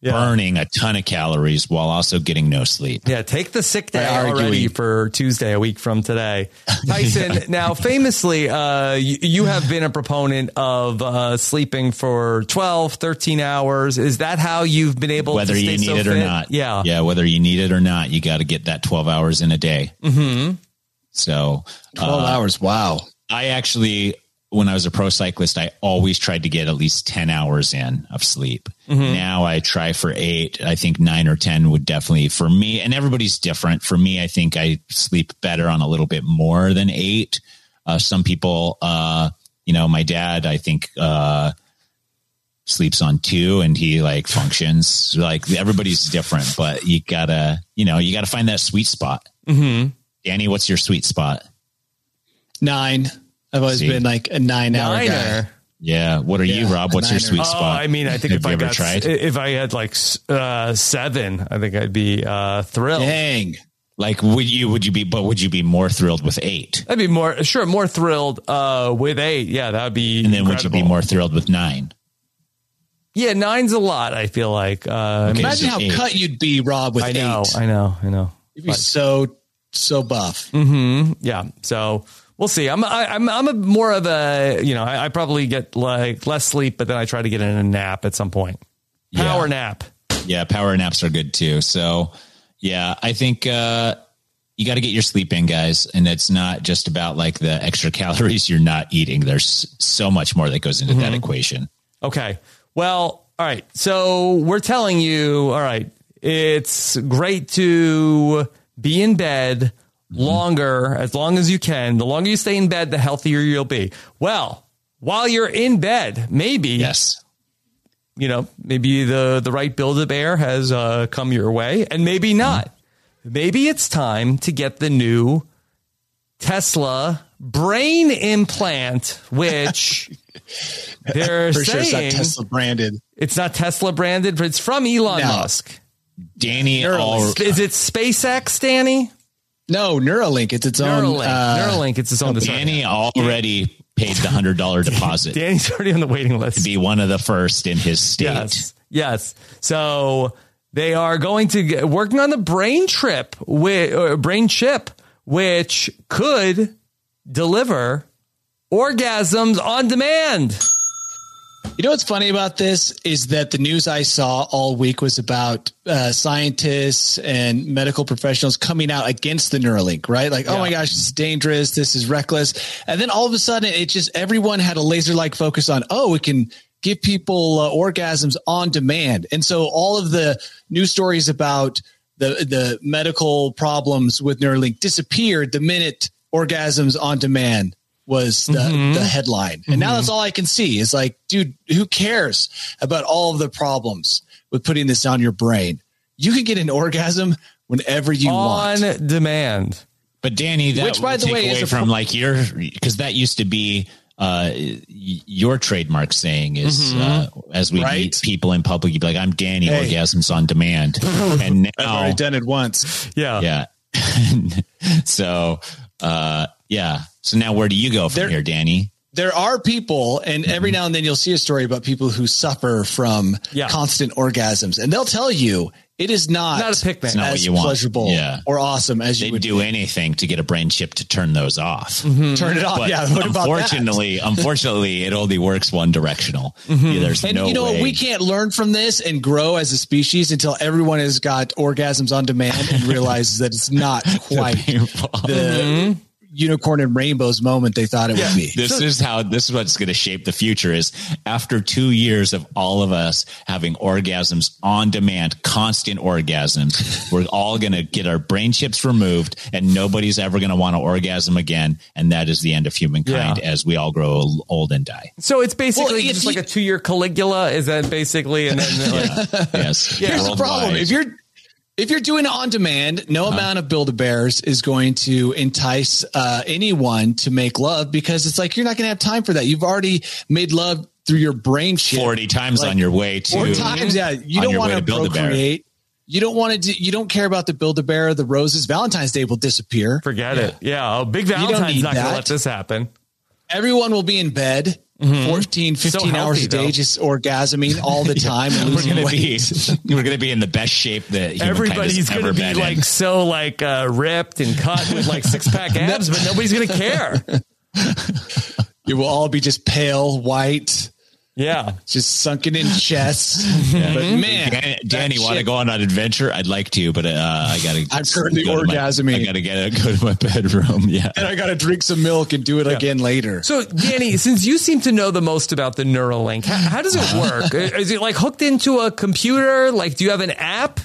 [SPEAKER 1] Yeah.
[SPEAKER 3] burning a ton of calories while also getting no sleep.
[SPEAKER 1] Yeah, take the sick day
[SPEAKER 2] By arguing.
[SPEAKER 1] already for Tuesday, a week from today. Tyson, now famously, uh, you, you have been a proponent of uh, sleeping for 12, 13 hours. Is that how you've been able
[SPEAKER 3] Whether
[SPEAKER 1] to
[SPEAKER 3] you
[SPEAKER 1] stay
[SPEAKER 3] need
[SPEAKER 1] so
[SPEAKER 3] it or
[SPEAKER 1] fit?
[SPEAKER 3] not.
[SPEAKER 1] Yeah.
[SPEAKER 3] Uh, Yeah. Whether you need it or not, you got to get that 12 hours in a day. Mm-hmm. So uh,
[SPEAKER 2] 12 hours. Wow.
[SPEAKER 3] I actually, when I was a pro cyclist, I always tried to get at least 10 hours in of sleep. Now I try for eight. I think nine or 10 would definitely, for me, and everybody's different. For me, I think I sleep better on a little bit more than eight. Uh, some people, uh, you know, my dad, I think, uh, sleeps on two and he like functions like everybody's different, but you gotta, you know, you gotta find that sweet spot. Mm-hmm. Danny, what's your sweet spot?
[SPEAKER 2] Nine. I've always
[SPEAKER 3] See?
[SPEAKER 2] been like a nine hour guy.
[SPEAKER 1] Niner.
[SPEAKER 3] Yeah. What are you, Rob? What's your
[SPEAKER 2] Niner.
[SPEAKER 3] sweet
[SPEAKER 1] Oh,
[SPEAKER 3] spot?
[SPEAKER 1] I mean, I think
[SPEAKER 3] Have
[SPEAKER 1] if
[SPEAKER 3] you
[SPEAKER 1] I
[SPEAKER 3] ever
[SPEAKER 1] got
[SPEAKER 3] tried?
[SPEAKER 1] if I had like s- uh, seven, I think I'd be uh, thrilled.
[SPEAKER 2] Dang.
[SPEAKER 3] Like, would you, would you be, but would you be more thrilled with eight?
[SPEAKER 1] I'd be more sure, more thrilled uh, with eight. Yeah, that'd be.
[SPEAKER 3] And then would you be more thrilled with nine?
[SPEAKER 1] Yeah, nine's a lot. I feel like. Uh, I mean,
[SPEAKER 2] Imagine how cut you'd be, Rob, with
[SPEAKER 1] I
[SPEAKER 2] eight.
[SPEAKER 1] know, I know, I know.
[SPEAKER 2] You'd be so so buff.
[SPEAKER 1] hmm Yeah. So we'll see. I'm I, I'm I'm a more of a you know I, I probably get like less sleep, but then I try to get in a nap at some point. Power nap.
[SPEAKER 3] Yeah, power naps are good too. So, yeah, I think uh, you got to get your sleep in, guys. And it's not just about like the extra calories you're not eating. There's so much more that goes into
[SPEAKER 1] Mm-hmm.
[SPEAKER 3] that equation.
[SPEAKER 1] Okay. Well, all right. So we're telling you, all right, it's great to be in bed longer, as long as you can. The longer you stay in bed, the healthier you'll be. Well, while you're in bed, maybe
[SPEAKER 3] Yes.
[SPEAKER 1] you know, maybe the the right build a bear has uh, come your way, and maybe not. Maybe it's time to get the new Tesla brain implant, which they're
[SPEAKER 2] For sure, it's not
[SPEAKER 1] saying
[SPEAKER 2] Tesla branded.
[SPEAKER 1] it's not Tesla branded, but it's from Elon
[SPEAKER 2] No.
[SPEAKER 1] Musk.
[SPEAKER 3] Danny, all,
[SPEAKER 1] Is it SpaceX, Danny?
[SPEAKER 2] No, Neuralink. It's its own.
[SPEAKER 1] Neuralink.
[SPEAKER 2] Uh,
[SPEAKER 1] Neuralink. It's its own design.
[SPEAKER 3] Danny already paid the hundred dollar deposit to
[SPEAKER 1] Danny's already on the waiting list.
[SPEAKER 3] be one of the first in his state.
[SPEAKER 1] Yes. Yes. So they are going to get, working on the brain trip with or brain chip, which could deliver orgasms on demand.
[SPEAKER 2] You know what's funny about this is that the news I saw all week was about uh, scientists and medical professionals coming out against the Neuralink, right? Like, oh my gosh, this is dangerous. This is reckless. And then all of a sudden, it just everyone had a laser like focus on, oh, it can give people uh, orgasms on demand. And so all of the news stories about the the medical problems with Neuralink disappeared the minute orgasms on demand was the,
[SPEAKER 3] Mm-hmm.
[SPEAKER 2] the headline. And now that's all I can see is like, dude, who cares about all of the problems with putting this on your brain? You can get an orgasm whenever you
[SPEAKER 1] on
[SPEAKER 2] want.
[SPEAKER 1] demand.
[SPEAKER 3] But Danny, that
[SPEAKER 2] Which, by
[SPEAKER 3] would
[SPEAKER 2] the
[SPEAKER 3] take
[SPEAKER 2] way, is
[SPEAKER 3] away
[SPEAKER 2] a
[SPEAKER 3] from
[SPEAKER 2] pro-
[SPEAKER 3] like your because that used to be uh, y- your trademark saying is uh, as we
[SPEAKER 2] Mm-hmm. Right.
[SPEAKER 3] meet people in public, you'd be like, "I'm Danny,
[SPEAKER 2] Hey.
[SPEAKER 3] orgasms on demand," and
[SPEAKER 2] I've already
[SPEAKER 3] now,
[SPEAKER 2] done it once.
[SPEAKER 1] Yeah.
[SPEAKER 3] yeah. so, uh, yeah. So now, where do you go from
[SPEAKER 2] There-
[SPEAKER 3] here, Danny?
[SPEAKER 2] There are people, and every
[SPEAKER 3] Mm-hmm.
[SPEAKER 2] now and then you'll see a story about people who suffer from
[SPEAKER 1] Yeah.
[SPEAKER 2] constant orgasms, and they'll tell you it is not,
[SPEAKER 1] Not a picnic. It's
[SPEAKER 3] not what
[SPEAKER 2] as
[SPEAKER 3] you want.
[SPEAKER 2] pleasurable
[SPEAKER 3] Yeah.
[SPEAKER 2] or awesome as you
[SPEAKER 3] They'd
[SPEAKER 2] would
[SPEAKER 3] do anything to get a brain chip to turn those off.
[SPEAKER 2] turn it off.
[SPEAKER 3] But
[SPEAKER 2] yeah, what about that?
[SPEAKER 3] unfortunately, unfortunately, it only works one directional. Yeah, there's
[SPEAKER 2] Mm-hmm. And
[SPEAKER 3] no
[SPEAKER 2] you know
[SPEAKER 3] way.
[SPEAKER 2] what? We can't learn from this and grow as a species until everyone has got orgasms on demand and realizes that it's not quite the unicorn and rainbows moment they thought it would be.
[SPEAKER 3] this is how this is what's going to shape the future is after two years of all of us having orgasms on demand constant orgasms we're all going to get our brain chips removed and nobody's ever going to want to orgasm again and that is the end of humankind as we all grow ol- old and die
[SPEAKER 1] So it's basically
[SPEAKER 2] Well, if
[SPEAKER 1] just
[SPEAKER 2] you-
[SPEAKER 1] like a two year Caligula. Is that basically? And then like,
[SPEAKER 3] yes
[SPEAKER 2] Here's the problem:
[SPEAKER 3] Worldwide. Uh-huh.
[SPEAKER 2] if you're if you're doing it on demand, no amount of Build a Bears is going to entice uh, anyone to make love because it's like you're not going to have time for that. You've already made love through your brain shit
[SPEAKER 3] 40 times
[SPEAKER 2] Like,
[SPEAKER 3] on your way to
[SPEAKER 2] Four times, yeah. You
[SPEAKER 3] on
[SPEAKER 2] don't
[SPEAKER 3] your
[SPEAKER 2] want
[SPEAKER 3] way
[SPEAKER 2] to
[SPEAKER 3] to Build-A-Bear.
[SPEAKER 2] procreate. You don't want to. Do, you don't care about the build a bear, the roses. Valentine's Day will disappear.
[SPEAKER 1] forget it. Yeah. Oh, Big
[SPEAKER 2] don't
[SPEAKER 1] Valentine's
[SPEAKER 2] need
[SPEAKER 1] not going to
[SPEAKER 2] that.
[SPEAKER 1] let this happen.
[SPEAKER 2] Everyone will be in bed.
[SPEAKER 3] Mm-hmm.
[SPEAKER 2] 14, 15
[SPEAKER 1] healthy,
[SPEAKER 2] hours a day,
[SPEAKER 1] though.
[SPEAKER 2] just orgasming all the time. and
[SPEAKER 3] we're
[SPEAKER 2] losing
[SPEAKER 3] gonna be
[SPEAKER 2] weight.
[SPEAKER 3] we're gonna be in the best shape that humankind
[SPEAKER 1] Everybody's
[SPEAKER 3] has
[SPEAKER 1] going
[SPEAKER 3] ever
[SPEAKER 1] to be
[SPEAKER 3] been
[SPEAKER 1] like
[SPEAKER 3] in.
[SPEAKER 1] so like uh, ripped and cut with like six pack abs, but nobody's going to care.
[SPEAKER 2] You will all be just pale, white,
[SPEAKER 1] Yeah.
[SPEAKER 2] just sunken in chests. But man,
[SPEAKER 3] Dan-
[SPEAKER 2] that
[SPEAKER 3] Eh, Danny, want to
[SPEAKER 2] shit-
[SPEAKER 3] go on an adventure? I'd like to, but uh, I gotta.
[SPEAKER 2] I'm currently
[SPEAKER 3] go to my-
[SPEAKER 2] orgasming.
[SPEAKER 3] I gotta get go to my bedroom. Yeah,
[SPEAKER 2] And I got to drink some milk and do it again later.
[SPEAKER 1] So, Danny, since you seem to know the most about the Neuralink, how, how does it work? Is it like hooked into a computer? Like, do you have an app?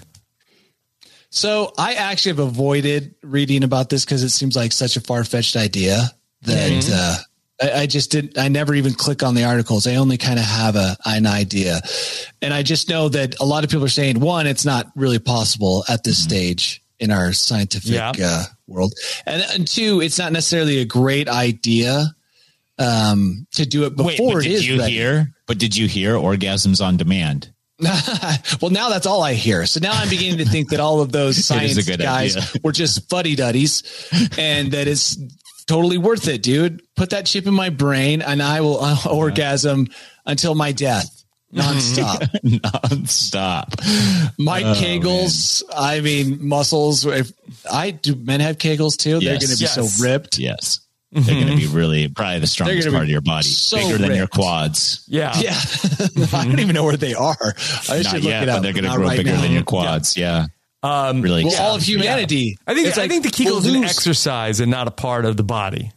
[SPEAKER 2] So I actually have avoided reading about this because it seems like such a far fetched idea that
[SPEAKER 3] Mm-hmm.
[SPEAKER 2] uh, I, I just didn't. I never even click on the articles. I only kind of have a an idea, and I just know that a lot of people are saying one, it's not really possible at this
[SPEAKER 3] Mm-hmm.
[SPEAKER 2] stage in our scientific
[SPEAKER 1] Yeah.
[SPEAKER 2] uh, world, and, and two, it's not necessarily a great idea um, to do it
[SPEAKER 3] Wait,
[SPEAKER 2] before
[SPEAKER 3] but
[SPEAKER 2] it
[SPEAKER 3] did
[SPEAKER 2] is
[SPEAKER 3] you
[SPEAKER 2] ready.
[SPEAKER 3] hear? But did you hear orgasms on demand?
[SPEAKER 2] well, now that's all I hear. So now I'm beginning to think that all of those
[SPEAKER 3] It is a
[SPEAKER 2] science
[SPEAKER 3] good
[SPEAKER 2] guys
[SPEAKER 3] idea.
[SPEAKER 2] were just fuddy duddies and that it's totally worth it, dude. Put that chip in my brain and I will uh, orgasm until my death nonstop.
[SPEAKER 3] Nonstop.
[SPEAKER 2] Mike
[SPEAKER 3] Oh,
[SPEAKER 2] Kegels, I mean, muscles. If I do men have Kegels too, they're
[SPEAKER 3] Yes.
[SPEAKER 2] going to be
[SPEAKER 3] Yes.
[SPEAKER 2] so ripped.
[SPEAKER 3] Yes. They're going to
[SPEAKER 1] Mm-hmm.
[SPEAKER 3] be really probably the strongest
[SPEAKER 2] gonna be
[SPEAKER 3] part of your body,
[SPEAKER 2] so
[SPEAKER 3] bigger than your
[SPEAKER 2] ripped.
[SPEAKER 3] quads.
[SPEAKER 1] Yeah.
[SPEAKER 2] Yeah. I don't even know where they are. I
[SPEAKER 3] Not
[SPEAKER 2] should look
[SPEAKER 3] yet,
[SPEAKER 2] it up.
[SPEAKER 3] but they're going to
[SPEAKER 2] Not
[SPEAKER 3] grow
[SPEAKER 2] right
[SPEAKER 3] bigger
[SPEAKER 2] now.
[SPEAKER 3] than your quads. Yeah. Um, really.
[SPEAKER 2] Well,
[SPEAKER 3] yeah.
[SPEAKER 2] all of humanity.
[SPEAKER 1] I think
[SPEAKER 2] It's
[SPEAKER 1] I
[SPEAKER 2] like,
[SPEAKER 1] think the Kegel
[SPEAKER 2] we'll
[SPEAKER 1] is an
[SPEAKER 2] lose-
[SPEAKER 1] exercise and not a part of the body.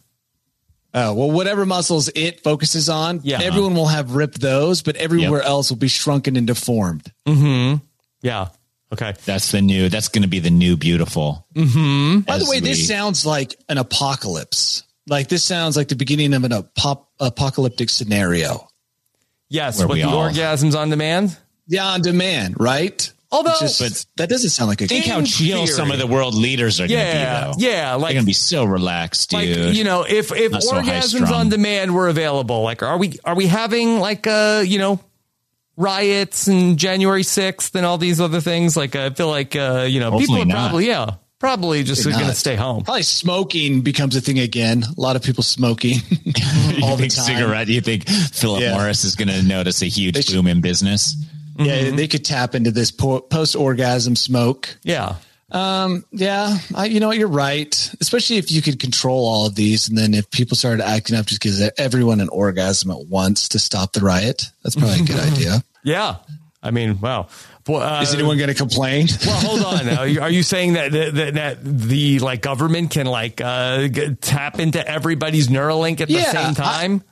[SPEAKER 2] Oh, well, whatever muscles it focuses on,
[SPEAKER 1] Yeah.
[SPEAKER 2] everyone will have ripped those, but everywhere
[SPEAKER 3] Uh-huh. Yep. Mm-hmm.
[SPEAKER 2] else will be shrunken and deformed.
[SPEAKER 1] Yeah. Okay.
[SPEAKER 3] That's the new. That's going to be the new beautiful. Mm-hmm.
[SPEAKER 2] By the way, this sounds like an apocalypse. Like this sounds like the beginning of an apop- apocalyptic scenario.
[SPEAKER 1] Yes.
[SPEAKER 3] Where
[SPEAKER 1] with
[SPEAKER 3] we
[SPEAKER 1] the
[SPEAKER 3] all-
[SPEAKER 1] orgasms on demand.
[SPEAKER 2] Yeah, on demand, right?
[SPEAKER 1] Although-
[SPEAKER 2] It's just-
[SPEAKER 3] But-
[SPEAKER 2] that doesn't sound like a
[SPEAKER 3] Think how
[SPEAKER 1] in
[SPEAKER 3] chill
[SPEAKER 1] theory.
[SPEAKER 3] some of the world leaders are
[SPEAKER 1] Yeah.
[SPEAKER 3] going to be. Though.
[SPEAKER 1] Yeah.
[SPEAKER 3] They're
[SPEAKER 1] Like
[SPEAKER 3] going to be so relaxed, dude.
[SPEAKER 1] Like you know, if if
[SPEAKER 3] Not so
[SPEAKER 1] orgasms
[SPEAKER 3] high-strung.
[SPEAKER 1] on demand were available, like are we are we having like uh you know riots and January sixth and all these other things? Like I feel like uh you know people
[SPEAKER 3] Hopefully
[SPEAKER 1] are
[SPEAKER 3] not.
[SPEAKER 1] probably yeah probably just
[SPEAKER 2] Hopefully
[SPEAKER 1] going to
[SPEAKER 2] not.
[SPEAKER 1] stay home.
[SPEAKER 2] probably smoking becomes a thing again. A lot of people smoking
[SPEAKER 3] you
[SPEAKER 2] all the
[SPEAKER 3] think
[SPEAKER 2] time.
[SPEAKER 3] cigarette? You think Philip
[SPEAKER 2] Yeah.
[SPEAKER 3] Morris is going to notice a huge
[SPEAKER 2] should-
[SPEAKER 3] boom in business?
[SPEAKER 2] Yeah,
[SPEAKER 3] Mm-hmm.
[SPEAKER 2] they could tap into this po- post-orgasm smoke.
[SPEAKER 1] Yeah,
[SPEAKER 2] Um, yeah, I, you know, what, you're right. Especially if you could control all of these. And then if people started acting up, just gives everyone an orgasm at once to stop the riot. That's probably a good idea.
[SPEAKER 1] yeah. I mean, wow. Well, uh,
[SPEAKER 2] Is anyone going to complain?
[SPEAKER 1] well, hold on. Are you, are you saying that, that that- that the like government can like uh, g- tap into everybody's Neuralink at the
[SPEAKER 2] Yeah,
[SPEAKER 1] same
[SPEAKER 2] I-
[SPEAKER 1] time?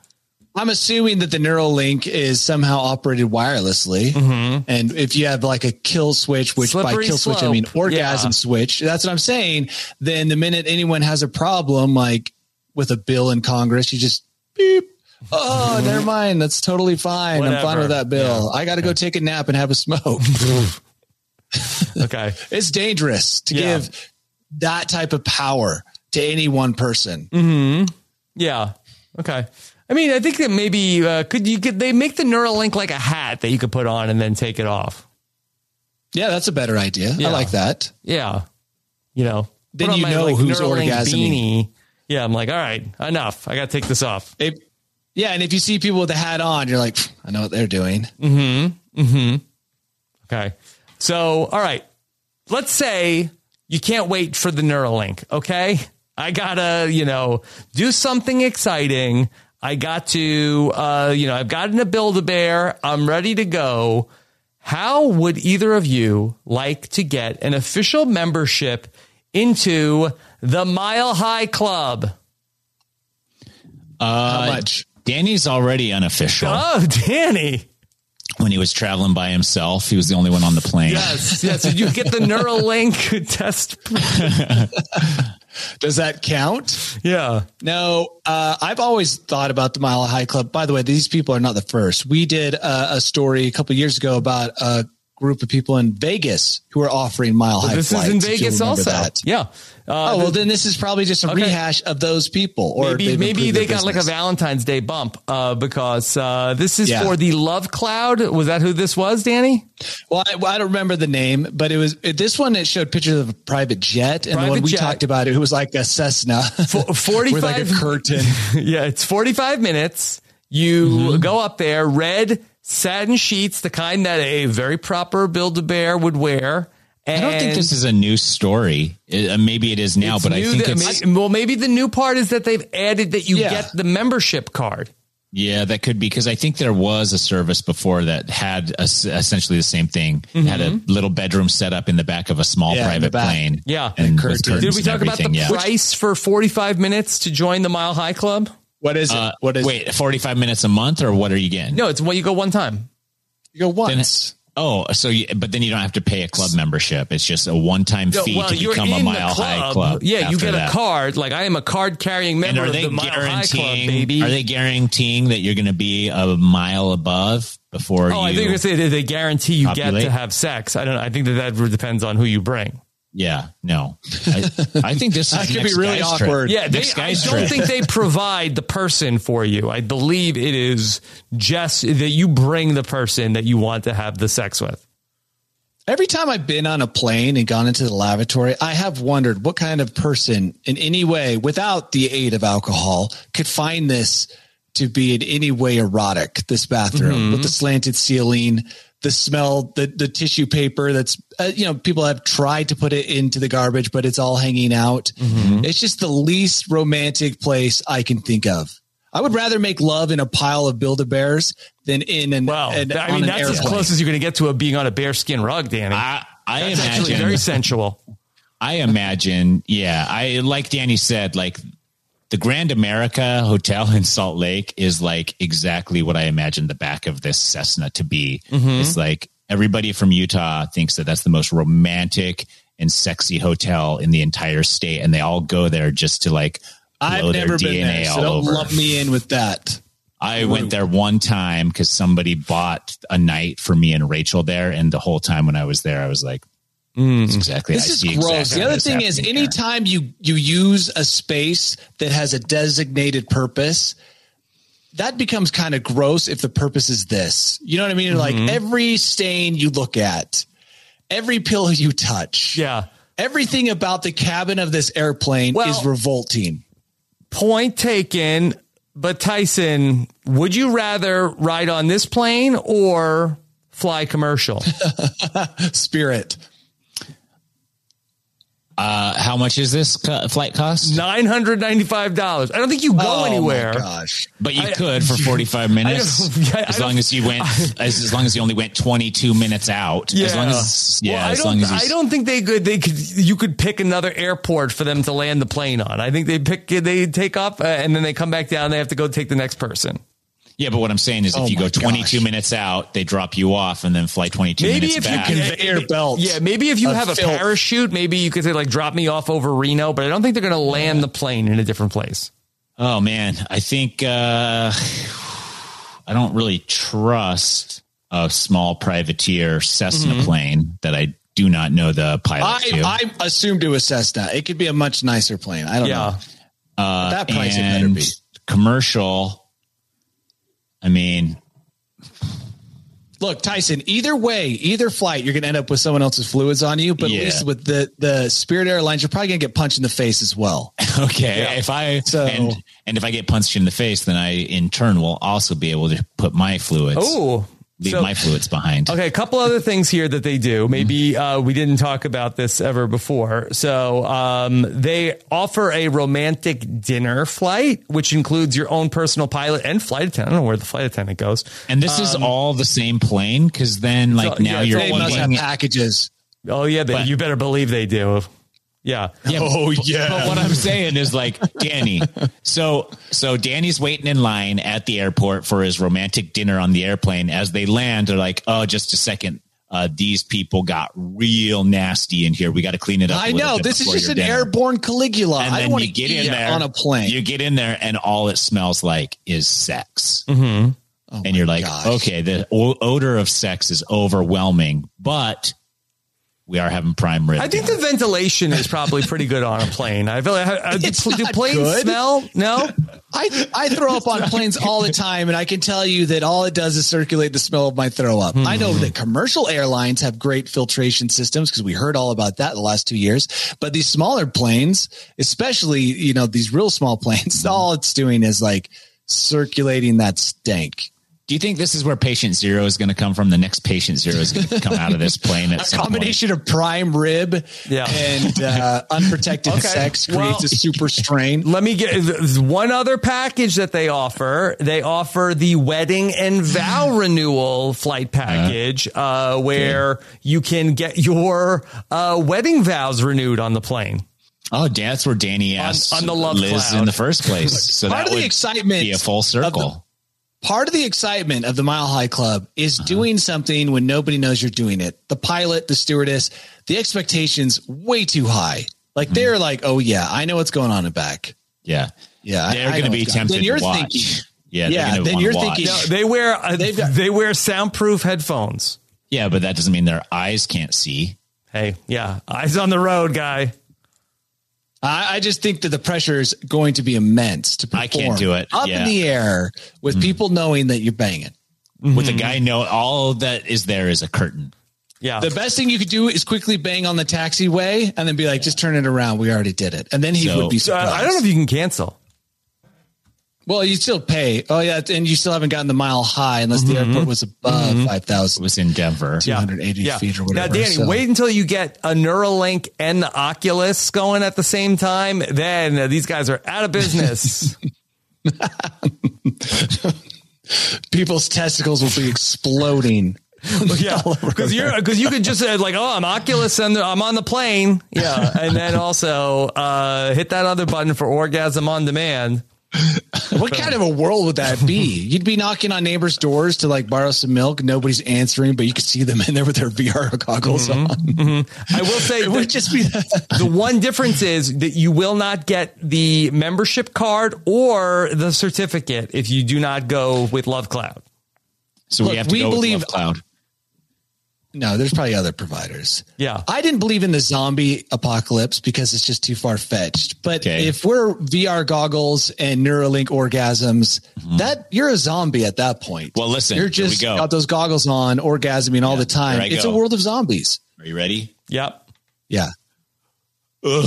[SPEAKER 2] I'm assuming that the Neuralink is somehow operated wirelessly. And if you have like a kill switch, which
[SPEAKER 1] Mm-hmm. Slippery
[SPEAKER 2] by kill switch, I
[SPEAKER 1] slope.
[SPEAKER 2] mean orgasm
[SPEAKER 1] Yeah.
[SPEAKER 2] switch, that's what I'm saying. Then the minute anyone has a problem, like with a bill in Congress, you just beep. Oh, never mind. That's totally fine. I'm fine
[SPEAKER 1] Mm-hmm. Whatever.
[SPEAKER 2] with that bill. I got to go take a nap and have a smoke.
[SPEAKER 1] okay.
[SPEAKER 2] it's dangerous to
[SPEAKER 1] Yeah.
[SPEAKER 2] give that type of power to any one person.
[SPEAKER 1] Mm-hmm. Yeah. Okay. I mean, I think that maybe uh, could you could they make the Neuralink like a hat that you could put on and then take it off?
[SPEAKER 2] Yeah, that's a better idea.
[SPEAKER 1] Yeah.
[SPEAKER 2] I like that.
[SPEAKER 1] Yeah. You know.
[SPEAKER 2] Then
[SPEAKER 1] put on
[SPEAKER 2] you know who's orgasming.
[SPEAKER 1] Yeah, I'm like, all right, enough. I got to take this off.
[SPEAKER 2] It, yeah, and if you see people with a hat on, you're like, "Pfft, I know what they're doing.
[SPEAKER 1] Okay. So, all right. Let's say you can't wait for the Neuralink, okay? I got to, you know, do something exciting. I got to uh, you know, I've gotten a Build-A-Bear. I'm ready to go. How would either of you like to get an official membership into the Mile High Club?
[SPEAKER 2] How much?
[SPEAKER 3] Uh, Danny's already unofficial.
[SPEAKER 1] Oh, Danny.
[SPEAKER 3] When he was traveling by himself, he was the only one on the plane.
[SPEAKER 1] Yes, yes. Did you get the Neuralink test?
[SPEAKER 2] Does that count?
[SPEAKER 1] Yeah.
[SPEAKER 2] No, uh, I've always thought about the Mile High Club. By the way, these people are not the first. We did uh, a story a couple years ago about a group of people in Vegas who are offering Mile High.
[SPEAKER 1] This is
[SPEAKER 2] flights,
[SPEAKER 1] in
[SPEAKER 2] if you'll
[SPEAKER 1] Vegas
[SPEAKER 2] remember
[SPEAKER 1] also.
[SPEAKER 2] that.
[SPEAKER 1] Yeah. Uh,
[SPEAKER 2] oh well, then this is probably just a
[SPEAKER 1] Okay.
[SPEAKER 2] rehash of those people, or
[SPEAKER 1] maybe
[SPEAKER 2] they've
[SPEAKER 1] maybe
[SPEAKER 2] improved
[SPEAKER 1] they
[SPEAKER 2] their
[SPEAKER 1] got like a
[SPEAKER 2] business.
[SPEAKER 1] Valentine's Day bump uh, because uh, this is
[SPEAKER 2] Yeah.
[SPEAKER 1] for the Love Cloud. Was that who this was, Danny?
[SPEAKER 2] Well, I, well, I don't remember the name, but it was it, this one. It showed pictures of a private jet, and the
[SPEAKER 1] Private
[SPEAKER 2] one we
[SPEAKER 1] jet.
[SPEAKER 2] talked about, it was like a Cessna, with like a
[SPEAKER 1] 45
[SPEAKER 2] curtain.
[SPEAKER 1] yeah, it's 45 minutes. You
[SPEAKER 3] Mm-hmm.
[SPEAKER 1] go up there, red satin sheets, the kind that a very proper Build a Bear would wear.
[SPEAKER 3] I
[SPEAKER 1] And
[SPEAKER 3] don't think this is a new story. It- uh, maybe it is now,
[SPEAKER 1] it's
[SPEAKER 3] but I
[SPEAKER 1] new
[SPEAKER 3] think
[SPEAKER 1] that-
[SPEAKER 3] it's
[SPEAKER 1] may- well, maybe the new part is that they've added that you
[SPEAKER 2] Yeah.
[SPEAKER 1] get the membership card.
[SPEAKER 3] yeah, that could be because I think there was a service before that had a s essentially the same thing. It Had
[SPEAKER 1] Mm-hmm.
[SPEAKER 3] a
[SPEAKER 2] Mm-hmm.
[SPEAKER 3] little bedroom set up in the back of a small
[SPEAKER 2] Yeah, in the
[SPEAKER 3] private
[SPEAKER 2] back.
[SPEAKER 3] plane.
[SPEAKER 1] Yeah.
[SPEAKER 3] and
[SPEAKER 2] curtains.
[SPEAKER 3] with
[SPEAKER 1] Did
[SPEAKER 3] curtains
[SPEAKER 1] we
[SPEAKER 3] and
[SPEAKER 1] talk about the
[SPEAKER 3] everything, yeah.
[SPEAKER 1] price for 45 minutes to join the Mile High Club?
[SPEAKER 2] What is it?
[SPEAKER 3] Uh,
[SPEAKER 2] what is
[SPEAKER 3] wait, forty five minutes a month, or what are you getting?
[SPEAKER 1] No, it's when you go one time.
[SPEAKER 2] You go
[SPEAKER 3] Then-
[SPEAKER 2] once.
[SPEAKER 3] oh, so you, but then you don't have to pay a club membership. It's just a one time
[SPEAKER 1] No,
[SPEAKER 3] fee to become a
[SPEAKER 1] in the
[SPEAKER 3] mile high club.
[SPEAKER 1] Yeah, you
[SPEAKER 3] after
[SPEAKER 1] get a
[SPEAKER 3] that.
[SPEAKER 1] card. Like I am a card carrying
[SPEAKER 3] And
[SPEAKER 1] member
[SPEAKER 3] are
[SPEAKER 1] of
[SPEAKER 3] they
[SPEAKER 1] the Mile High Club, baby.
[SPEAKER 3] guaranteeing? Are they guaranteeing that you're going to be a mile above before
[SPEAKER 1] oh, I
[SPEAKER 3] you?
[SPEAKER 1] think you say that they guarantee you get
[SPEAKER 3] Populate?
[SPEAKER 1] to have sex. I don't. know. I think that that depends on who you bring.
[SPEAKER 3] Yeah, no. I, I think this is
[SPEAKER 2] That could
[SPEAKER 3] next
[SPEAKER 2] be really
[SPEAKER 3] guy's
[SPEAKER 2] awkward.
[SPEAKER 3] Trip.
[SPEAKER 1] Yeah, they,
[SPEAKER 3] next
[SPEAKER 1] I
[SPEAKER 3] guy's
[SPEAKER 1] don't
[SPEAKER 3] trip.
[SPEAKER 1] think they provide the person for you. I believe it is just that you bring the person that you want to have the sex with.
[SPEAKER 2] Every time I've been on a plane and gone into the lavatory, I have wondered what kind of person, in any way, without the aid of alcohol, could find this to be in any way erotic. This bathroom
[SPEAKER 1] Mm-hmm.
[SPEAKER 2] with the slanted ceiling, the smell, the the tissue paper. That's uh, you know people have tried to put it into the garbage, but it's all hanging out.
[SPEAKER 1] Mm-hmm.
[SPEAKER 2] It's just the least romantic place I can think of. I would rather make love in a pile of Build a Bears than in an.
[SPEAKER 1] Well,
[SPEAKER 2] an-
[SPEAKER 1] I
[SPEAKER 2] on
[SPEAKER 1] mean
[SPEAKER 2] an
[SPEAKER 1] that's as
[SPEAKER 2] airplane.
[SPEAKER 1] close as you're going to get to a being on a bearskin rug, Danny.
[SPEAKER 3] I, I
[SPEAKER 1] that's actually
[SPEAKER 3] imagine.
[SPEAKER 1] very sensual.
[SPEAKER 3] I imagine. Yeah, I like Danny said. Like the Grand America Hotel in Salt Lake is like exactly what I imagined the back of this Cessna to be.
[SPEAKER 2] Mm-hmm.
[SPEAKER 3] It's like everybody from Utah thinks that that's the most romantic and sexy hotel in the entire state, and they all go there just to like.
[SPEAKER 2] I've
[SPEAKER 3] blow their
[SPEAKER 2] never been
[SPEAKER 3] DNA
[SPEAKER 2] there, so
[SPEAKER 3] all
[SPEAKER 2] don't
[SPEAKER 3] over.
[SPEAKER 2] lump me in with that.
[SPEAKER 3] I went there one time because somebody bought a night for me and Rachel there, and the whole time when I was there, I was like, "It's exactly."
[SPEAKER 2] This
[SPEAKER 3] I
[SPEAKER 2] is
[SPEAKER 3] see
[SPEAKER 2] gross.
[SPEAKER 3] exactly
[SPEAKER 2] the other
[SPEAKER 3] what's
[SPEAKER 2] thing is,
[SPEAKER 3] happening here."
[SPEAKER 2] anytime you you use a space that has a designated purpose, that becomes kind of gross if the purpose is this. You know what I mean? Like
[SPEAKER 3] Mm-hmm.
[SPEAKER 2] every stain you look at, every pill you touch,
[SPEAKER 1] Yeah.
[SPEAKER 2] everything about the cabin of this airplane
[SPEAKER 1] Well-
[SPEAKER 2] is revolting.
[SPEAKER 1] Point taken. But Tyson, would you rather ride on this plane or fly commercial?
[SPEAKER 2] Spirit.
[SPEAKER 3] Uh, how much is this co- flight cost?
[SPEAKER 1] Nine hundred ninety-five dollars. I don't think you go
[SPEAKER 2] Oh, my
[SPEAKER 1] anywhere.
[SPEAKER 2] gosh.
[SPEAKER 3] But you could for forty five minutes,
[SPEAKER 1] don't- yeah, I
[SPEAKER 3] as
[SPEAKER 1] don't-
[SPEAKER 3] long as you went, as, as long as you only went twenty two minutes out. As long as yeah,
[SPEAKER 1] Well, I
[SPEAKER 3] as
[SPEAKER 1] don't.
[SPEAKER 3] long as you,
[SPEAKER 1] I don't think they could. They could. You could pick another airport for them to land the plane on. I think they pick. They take off uh, and then they come back down. They have to go take the next person.
[SPEAKER 3] Yeah, but what I'm saying is,
[SPEAKER 2] Oh
[SPEAKER 3] if you
[SPEAKER 2] my
[SPEAKER 3] go twenty two
[SPEAKER 2] gosh.
[SPEAKER 3] minutes out, they drop you off and then fly twenty two
[SPEAKER 1] Maybe
[SPEAKER 3] minutes
[SPEAKER 1] if
[SPEAKER 3] back.
[SPEAKER 1] you can
[SPEAKER 2] Conveyor belt
[SPEAKER 1] Yeah, maybe if you
[SPEAKER 2] of
[SPEAKER 1] have a
[SPEAKER 2] filth.
[SPEAKER 1] parachute, maybe you could say like drop me off over Reno. But I don't think they're going to land the plane in a different place.
[SPEAKER 3] oh man, I think uh, I don't really trust a small privateer Cessna
[SPEAKER 2] Mm-hmm.
[SPEAKER 3] plane that I do not know the pilot. to.
[SPEAKER 2] I, I assumed it was Cessna. It could be a much nicer plane.
[SPEAKER 3] Oh,
[SPEAKER 2] I don't know.
[SPEAKER 1] Yeah,
[SPEAKER 3] Uh,
[SPEAKER 2] That price it
[SPEAKER 3] and
[SPEAKER 2] better be.
[SPEAKER 3] commercial. I mean,
[SPEAKER 2] Look, Tyson, either way, either flight, you're going to end up with someone else's fluids on you. But
[SPEAKER 3] Yeah.
[SPEAKER 2] at least with the, the Spirit Airlines, you're probably going to get punched in the face as well.
[SPEAKER 3] okay. If I
[SPEAKER 2] So-
[SPEAKER 3] and and if I get punched in the face, then I in turn will also be able to put my fluids.
[SPEAKER 1] Oh,
[SPEAKER 3] leave
[SPEAKER 1] so-
[SPEAKER 3] my fluids behind.
[SPEAKER 1] Okay, a couple other things here that they do. Maybe uh, we didn't talk about this ever before. So um, they offer a romantic dinner flight, which includes your own personal pilot and flight attendant. I don't know where the flight attendant goes.
[SPEAKER 3] And this
[SPEAKER 2] Um,
[SPEAKER 3] is all the same plane because then, like
[SPEAKER 1] all- yeah,
[SPEAKER 3] now
[SPEAKER 1] it's
[SPEAKER 3] you're
[SPEAKER 1] all
[SPEAKER 2] They must have
[SPEAKER 3] eating.
[SPEAKER 2] packages.
[SPEAKER 1] Oh yeah, they,
[SPEAKER 3] But-
[SPEAKER 1] you better believe they do. Yeah.
[SPEAKER 3] oh yeah. But what I'm saying is like Danny. So so Danny's waiting in line at the airport for his romantic dinner on the airplane. As they land, they're like, "Oh, just a second. Uh, these people got real nasty in here. We got to clean it up." a
[SPEAKER 2] I
[SPEAKER 3] little
[SPEAKER 2] know.
[SPEAKER 3] bit
[SPEAKER 2] This is
[SPEAKER 3] before
[SPEAKER 2] just
[SPEAKER 3] your
[SPEAKER 2] an
[SPEAKER 3] dinner."
[SPEAKER 2] airborne Caligula.
[SPEAKER 3] And
[SPEAKER 2] I don't
[SPEAKER 3] then
[SPEAKER 2] want
[SPEAKER 3] you
[SPEAKER 2] to
[SPEAKER 3] get
[SPEAKER 2] get
[SPEAKER 3] in there
[SPEAKER 2] on a plane.
[SPEAKER 3] You get in there, and all it smells like is sex. and you're like,
[SPEAKER 2] Oh gosh.
[SPEAKER 3] okay, the o- odor of sex is overwhelming, but we are having prime rib.
[SPEAKER 1] I think
[SPEAKER 3] dinner.
[SPEAKER 1] the ventilation is probably pretty good on a plane. I feel like I, I, do,
[SPEAKER 2] It's
[SPEAKER 1] do
[SPEAKER 2] not
[SPEAKER 1] planes
[SPEAKER 2] good.
[SPEAKER 1] smell? No.
[SPEAKER 2] I, I throw up on planes all the time, and I can tell you that all it does is circulate the smell of my throw up. I know that commercial airlines have great filtration systems because we heard all about that the last two years. But these smaller planes, especially you know these real small planes, all it's doing is like circulating that stank.
[SPEAKER 3] Do you think this is where patient zero is going to come from? The next patient zero is going to come out of this plane at
[SPEAKER 2] A
[SPEAKER 3] some point.
[SPEAKER 2] combination of prime rib
[SPEAKER 1] Yeah.
[SPEAKER 2] and uh, unprotected
[SPEAKER 1] Okay.
[SPEAKER 2] sex creates
[SPEAKER 1] Well-
[SPEAKER 2] a super strain.
[SPEAKER 1] Let me get there's one other package that they offer. They offer the wedding and
[SPEAKER 2] Mm.
[SPEAKER 1] vow renewal flight
[SPEAKER 2] Uh-huh.
[SPEAKER 1] package, uh, where you can get your uh, wedding vows renewed on the plane.
[SPEAKER 3] Oh, that's where Danny asked
[SPEAKER 1] on the love
[SPEAKER 3] Liz
[SPEAKER 1] cloud.
[SPEAKER 3] in the first place. So
[SPEAKER 2] Part
[SPEAKER 3] that
[SPEAKER 2] of the
[SPEAKER 3] would
[SPEAKER 2] excitement
[SPEAKER 3] be a full
[SPEAKER 2] of the-
[SPEAKER 3] circle.
[SPEAKER 2] Part of the excitement of the Mile High Club is
[SPEAKER 1] Uh-huh.
[SPEAKER 2] doing something when nobody knows you're doing it. The pilot, the stewardess, the expectations way too high. Like
[SPEAKER 1] Mm-hmm.
[SPEAKER 2] they're like, oh yeah, I know what's going on in back.
[SPEAKER 3] yeah,
[SPEAKER 2] Yeah, I-
[SPEAKER 3] they're
[SPEAKER 2] I
[SPEAKER 3] going
[SPEAKER 2] know
[SPEAKER 3] to be
[SPEAKER 2] what's going on.
[SPEAKER 3] tempted
[SPEAKER 2] Then you're
[SPEAKER 3] to watch.
[SPEAKER 2] thinking-
[SPEAKER 3] yeah, they're
[SPEAKER 2] Yeah,
[SPEAKER 3] gonna
[SPEAKER 2] then
[SPEAKER 3] wanna
[SPEAKER 2] you're
[SPEAKER 3] watch.
[SPEAKER 2] thinking-
[SPEAKER 1] No, they wear uh,
[SPEAKER 2] They've got-
[SPEAKER 1] they wear soundproof headphones.
[SPEAKER 3] yeah, but that doesn't mean their eyes can't see.
[SPEAKER 1] Hey, yeah, eyes on the road, guy.
[SPEAKER 2] I, I just think that the pressure is going to be immense to perform.
[SPEAKER 3] I can't do it.
[SPEAKER 2] Up
[SPEAKER 3] Yeah.
[SPEAKER 2] in the air with
[SPEAKER 1] Mm-hmm.
[SPEAKER 2] people knowing that you're banging.
[SPEAKER 3] With
[SPEAKER 2] Mm-hmm.
[SPEAKER 3] a guy, no, all that is there is a curtain.
[SPEAKER 1] Yeah.
[SPEAKER 2] The best thing you could do is quickly bang on the taxiway and then be like, just turn it around. We already did it. And then he
[SPEAKER 3] So-
[SPEAKER 2] would be
[SPEAKER 1] So,
[SPEAKER 2] surprised.
[SPEAKER 1] Uh, I, I don't know if you can cancel.
[SPEAKER 2] well, you still pay. Oh, yeah. And you still haven't gotten the mile high unless
[SPEAKER 1] Mm-hmm.
[SPEAKER 2] the airport was above
[SPEAKER 3] It
[SPEAKER 2] 5,000.
[SPEAKER 3] was in Denver.
[SPEAKER 2] Yeah. 280 feet or whatever,
[SPEAKER 1] Now, Danny,
[SPEAKER 2] so-
[SPEAKER 1] wait until you get a Neuralink and the Oculus going at the same time. Then uh, these guys are out of business.
[SPEAKER 2] People's testicles will be exploding.
[SPEAKER 1] yeah, because you're because you could just say like, oh, I'm Oculus and I'm on the plane. Yeah, and then also uh, hit that other button for orgasm on demand.
[SPEAKER 2] What kind of a world would that be? You'd be knocking on neighbors' doors to like borrow some milk. Nobody's answering, but you could see them in there with their VR goggles on.
[SPEAKER 1] I will say
[SPEAKER 2] Mm-hmm. It would
[SPEAKER 1] that
[SPEAKER 2] just be
[SPEAKER 1] the one difference is that you will not get the membership card or the certificate if you do not go with Love Cloud.
[SPEAKER 3] So
[SPEAKER 2] Look,
[SPEAKER 3] we have to
[SPEAKER 2] we
[SPEAKER 3] go with
[SPEAKER 2] believe-
[SPEAKER 3] Love Cloud.
[SPEAKER 2] No, there's probably other providers.
[SPEAKER 1] Yeah.
[SPEAKER 2] I didn't believe in the zombie apocalypse because it's just too far fetched. But
[SPEAKER 3] Okay.
[SPEAKER 2] if we're VR goggles and Neuralink orgasms, that you're a zombie at that point.
[SPEAKER 3] Mm-hmm. Well, listen,
[SPEAKER 2] you're
[SPEAKER 3] here we
[SPEAKER 2] just
[SPEAKER 3] go.
[SPEAKER 2] got those goggles on, orgasming all the time.
[SPEAKER 3] here I
[SPEAKER 2] It's
[SPEAKER 3] go.
[SPEAKER 2] a world of zombies.
[SPEAKER 3] Are you ready?
[SPEAKER 1] Yep.
[SPEAKER 2] Yeah.
[SPEAKER 1] Are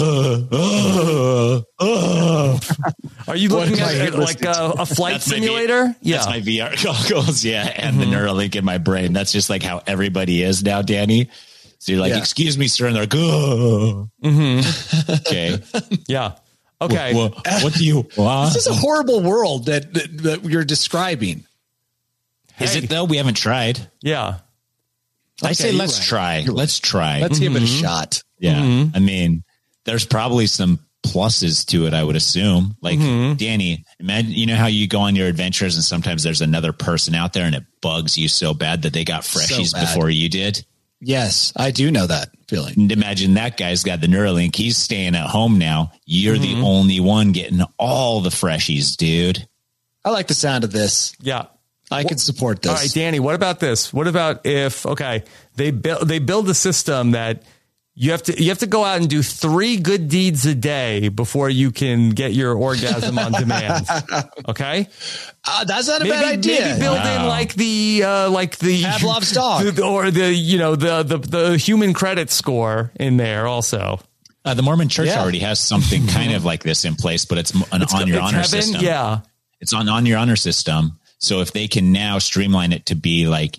[SPEAKER 1] you looking
[SPEAKER 2] am
[SPEAKER 1] at
[SPEAKER 2] I
[SPEAKER 1] it like uh,
[SPEAKER 2] listening
[SPEAKER 1] a, a flight
[SPEAKER 3] my V-
[SPEAKER 1] simulator? yeah.
[SPEAKER 2] Oh.
[SPEAKER 3] That's my VR goggles. Yeah. And
[SPEAKER 2] Mm-hmm.
[SPEAKER 3] the Neuralink in my brain. That's just like how everybody is now, Danny. So you're like,
[SPEAKER 2] Yeah. Mm-hmm.
[SPEAKER 3] excuse me, sir. And they're like, oh. okay.
[SPEAKER 1] yeah. Okay.
[SPEAKER 3] Well, what do you want?
[SPEAKER 2] This is a horrible world that, that, that you're describing.
[SPEAKER 3] Is it though? We haven't tried.
[SPEAKER 1] yeah.
[SPEAKER 3] I say
[SPEAKER 2] you're
[SPEAKER 3] let's
[SPEAKER 2] right.
[SPEAKER 3] try. Let's try.
[SPEAKER 2] Let's give it
[SPEAKER 3] mm-hmm.
[SPEAKER 2] a shot.
[SPEAKER 3] yeah. I mean, there's probably some pluses to it, I would assume. Like Danny, imagine you know how you go on your adventures and sometimes there's another person out there and it bugs you so bad that they got freshies
[SPEAKER 2] bad.
[SPEAKER 3] before you did.
[SPEAKER 2] Yes, I do know that feeling.
[SPEAKER 3] And imagine that guy's got the Neuralink. He's staying at home now. You're the only one getting all the freshies, dude.
[SPEAKER 2] I like the sound of this.
[SPEAKER 1] Yeah.
[SPEAKER 2] I can support this.
[SPEAKER 1] All right, Danny, what about this? What about if okay, they build they build a system that you have to you have to go out and do 3 good deeds a day before you can get your orgasm on demand. Okay?
[SPEAKER 2] Uh, that's not a
[SPEAKER 1] Maybe
[SPEAKER 2] bad idea.
[SPEAKER 1] maybe build in like the uh like the
[SPEAKER 2] Pavlov's dog.
[SPEAKER 1] the- or the you know the the the human credit score in there also.
[SPEAKER 3] Uh, the Mormon Church
[SPEAKER 2] Yeah.
[SPEAKER 3] already has something kind of like this in place, but it's m- an on your
[SPEAKER 1] It's
[SPEAKER 3] honor
[SPEAKER 1] heaven?
[SPEAKER 3] system.
[SPEAKER 1] Yeah.
[SPEAKER 3] it's on on your honor system. So if they can now streamline it to be like,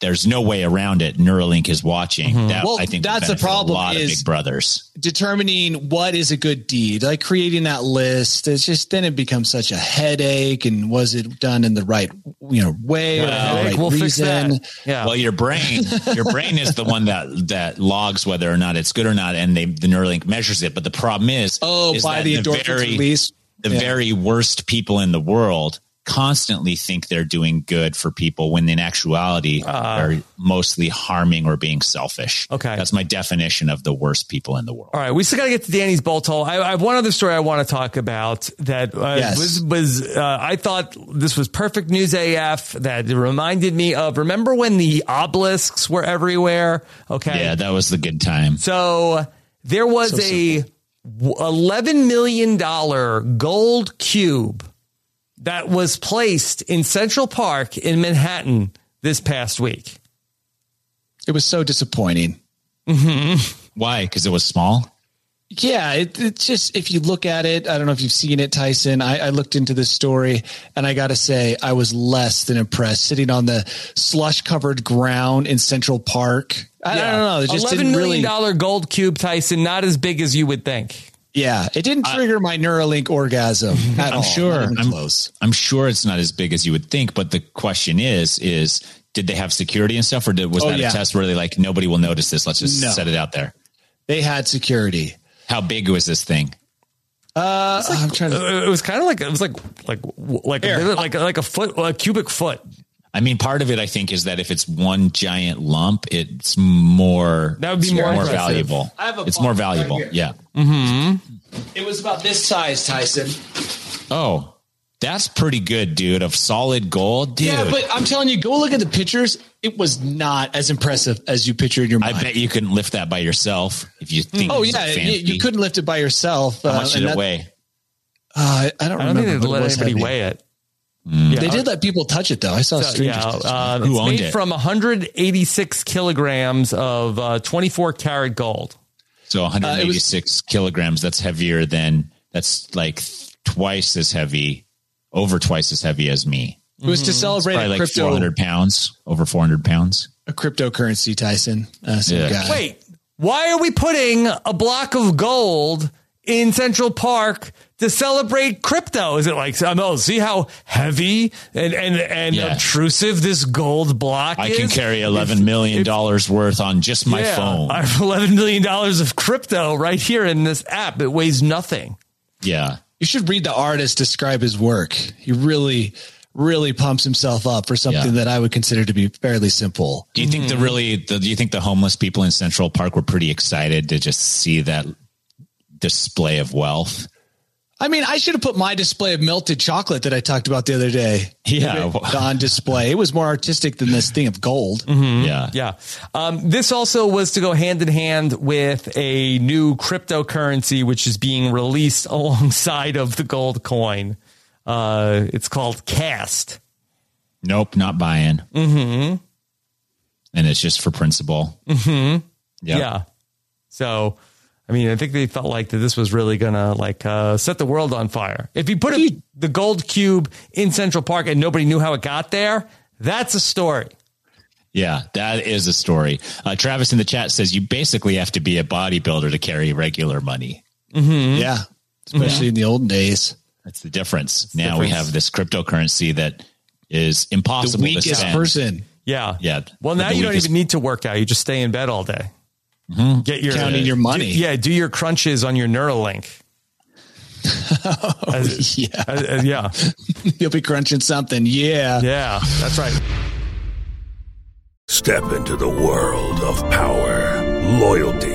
[SPEAKER 3] there's no way around it. Neuralink is watching. That
[SPEAKER 2] Mm-hmm. Well,
[SPEAKER 3] I think would
[SPEAKER 2] that's the
[SPEAKER 3] benefit
[SPEAKER 2] problem
[SPEAKER 3] A lot
[SPEAKER 2] is-
[SPEAKER 3] of big brothers.
[SPEAKER 2] determining what is a good deed, like creating that list. It's just then it becomes such a headache. And was it done in the right, you know, way or
[SPEAKER 1] Well,
[SPEAKER 2] the right
[SPEAKER 1] we'll fix
[SPEAKER 2] reason?
[SPEAKER 1] that. Yeah.
[SPEAKER 3] Oh, Well, your brain, your brain is the one that that logs whether or not it's good or not, and they the Neuralink measures it. But the problem is,
[SPEAKER 2] Oh,
[SPEAKER 3] is
[SPEAKER 2] by
[SPEAKER 3] that
[SPEAKER 2] the endorphins
[SPEAKER 3] very-
[SPEAKER 2] release.
[SPEAKER 3] the
[SPEAKER 2] Yeah.
[SPEAKER 3] very worst people in the world constantly think they're doing good for people when in actuality they're mostly harming or being selfish.
[SPEAKER 1] Ah. Okay.
[SPEAKER 3] That's my definition of the worst people in the world.
[SPEAKER 1] All right, we still got to get to Danny's bolt hole. I, I have one other story I want to talk about that uh,
[SPEAKER 2] Yes.
[SPEAKER 1] was was uh, I thought this was perfect news AF that it reminded me of. Remember when the obelisks were everywhere? Okay,
[SPEAKER 3] Yeah, that was the good time.
[SPEAKER 1] so there was a eleven million dollar gold cube that was placed in Central Park in Manhattan this past week.
[SPEAKER 2] It was so disappointing.
[SPEAKER 3] Why? Because it was small.
[SPEAKER 2] Yeah, it, it's just if you look at it, I don't know if you've seen it, Tyson. I, I looked into this story, and I got to say, I was less than impressed sitting on the slush-covered ground in Central Park. I, I don't know. It just
[SPEAKER 1] eleven
[SPEAKER 2] didn't
[SPEAKER 1] million
[SPEAKER 2] really.
[SPEAKER 1] dollar gold cube, Tyson. Not as big as you would think.
[SPEAKER 2] Yeah, it didn't trigger my Neuralink orgasm at all.
[SPEAKER 3] sure.
[SPEAKER 2] Not even
[SPEAKER 3] I'm-
[SPEAKER 2] close.
[SPEAKER 3] I'm sure it's not as big as you would think, but the question is, is did they have security and stuff, or did, was
[SPEAKER 2] Oh,
[SPEAKER 3] that
[SPEAKER 2] yeah.
[SPEAKER 3] a test where they like nobody will notice this? Let's just
[SPEAKER 2] No.
[SPEAKER 3] set it out there.
[SPEAKER 2] They had security.
[SPEAKER 3] How big was this thing?
[SPEAKER 2] Uh, I'm trying to.
[SPEAKER 1] Uh, it was kind of like it was like like like a, bit- like like a foot a cubic foot.
[SPEAKER 3] I mean, part of it, I think, is that if it's one giant lump, it's more
[SPEAKER 1] That would be
[SPEAKER 3] it's
[SPEAKER 1] more impressive.
[SPEAKER 3] valuable.
[SPEAKER 2] I have a
[SPEAKER 3] it's more
[SPEAKER 2] box right
[SPEAKER 3] valuable.
[SPEAKER 2] here.
[SPEAKER 3] yeah.
[SPEAKER 2] It was about this size, Tyson.
[SPEAKER 3] Oh, That's pretty good, dude. Of solid gold, dude.
[SPEAKER 2] Yeah, but I'm telling you, go look at the pictures. It was not as impressive as you pictured in your mind.
[SPEAKER 3] I bet you couldn't lift that by yourself if you think.
[SPEAKER 2] Oh
[SPEAKER 3] it was
[SPEAKER 2] yeah, you,
[SPEAKER 3] fancy.
[SPEAKER 2] you couldn't lift it by yourself.
[SPEAKER 3] How much
[SPEAKER 2] and
[SPEAKER 3] did it
[SPEAKER 2] that-
[SPEAKER 3] weigh?
[SPEAKER 2] Uh, I don't
[SPEAKER 1] I don't
[SPEAKER 2] remember.
[SPEAKER 1] think
[SPEAKER 2] but
[SPEAKER 1] they
[SPEAKER 2] it
[SPEAKER 1] let
[SPEAKER 2] was
[SPEAKER 1] anybody
[SPEAKER 2] heavy.
[SPEAKER 1] weigh it.
[SPEAKER 3] Mm.
[SPEAKER 2] They
[SPEAKER 1] Yeah.
[SPEAKER 2] did let people touch it though. I saw
[SPEAKER 1] So,
[SPEAKER 2] strangers.
[SPEAKER 1] yeah,
[SPEAKER 2] touch it.
[SPEAKER 1] uh,
[SPEAKER 3] Who
[SPEAKER 1] it's
[SPEAKER 3] owned
[SPEAKER 1] made
[SPEAKER 3] it?
[SPEAKER 1] from 186 kilograms of uh, 24 karat gold.
[SPEAKER 3] So 186 kilograms. That's heavier than that's like twice as heavy, over twice as heavy as me.
[SPEAKER 2] it was to celebrate
[SPEAKER 3] Probably
[SPEAKER 2] a
[SPEAKER 3] like
[SPEAKER 2] crypto
[SPEAKER 3] 400 pounds, over 400 pounds.
[SPEAKER 2] a cryptocurrency. Tyson, uh, some
[SPEAKER 3] Yeah.
[SPEAKER 2] guy.
[SPEAKER 1] Wait, why are we putting a block of gold in Central Park to celebrate crypto? Is it like, oh, see how heavy and and, and
[SPEAKER 3] Yeah.
[SPEAKER 1] obtrusive this gold block
[SPEAKER 3] I
[SPEAKER 1] is?
[SPEAKER 3] can carry 11 million dollars worth on just my
[SPEAKER 1] Yeah,
[SPEAKER 3] phone.
[SPEAKER 1] I have eleven million dollars of crypto right here in this app. It weighs nothing.
[SPEAKER 3] yeah.
[SPEAKER 2] You should read the artist describe his work. He really, really pumps himself up for something
[SPEAKER 3] Yeah.
[SPEAKER 2] that I would consider to be fairly simple.
[SPEAKER 3] Do you think the really? The, do you think the homeless people in Central Park were pretty excited to just see that display of wealth?
[SPEAKER 2] I mean, I should have put my display of melted chocolate that I talked about the other day
[SPEAKER 3] Yeah,
[SPEAKER 2] on display. It was more artistic than this thing of gold.
[SPEAKER 3] Mm-hmm. yeah,
[SPEAKER 1] Yeah. Um, this also was to go hand in hand with a new cryptocurrency, which is being released alongside of the gold coin. Uh, it's called Cast.
[SPEAKER 3] Nope, not buying. Mm-hmm. And it's just for principle. Mm-hmm. Yeah.
[SPEAKER 1] Yeah. So, I mean, I think they felt like that this was really gonna like uh, set the world on fire. If you put a, the gold cube in Central Park and nobody knew how it got there, that's a story.
[SPEAKER 3] Yeah, that is a story. Uh, Travis in the chat says you basically have to be a bodybuilder to carry regular money.
[SPEAKER 2] Yeah. Especially in the olden days.
[SPEAKER 3] That's the difference. now we have this cryptocurrency that is
[SPEAKER 2] The
[SPEAKER 3] impossible to
[SPEAKER 2] weakest
[SPEAKER 3] spend.
[SPEAKER 2] person
[SPEAKER 1] Yeah.
[SPEAKER 3] Yeah.
[SPEAKER 1] Well, now
[SPEAKER 3] The
[SPEAKER 1] you don't
[SPEAKER 3] weakest-
[SPEAKER 1] even need to work out. You just stay in bed all day. Get your
[SPEAKER 2] counting your
[SPEAKER 1] do-
[SPEAKER 2] money.
[SPEAKER 1] yeah, do your crunches on your Neuralink. As-
[SPEAKER 2] yeah.
[SPEAKER 1] as- as- yeah,
[SPEAKER 2] You'll be crunching something. Yeah.
[SPEAKER 1] yeah, that's right.
[SPEAKER 8] Step into the world of power, loyalty,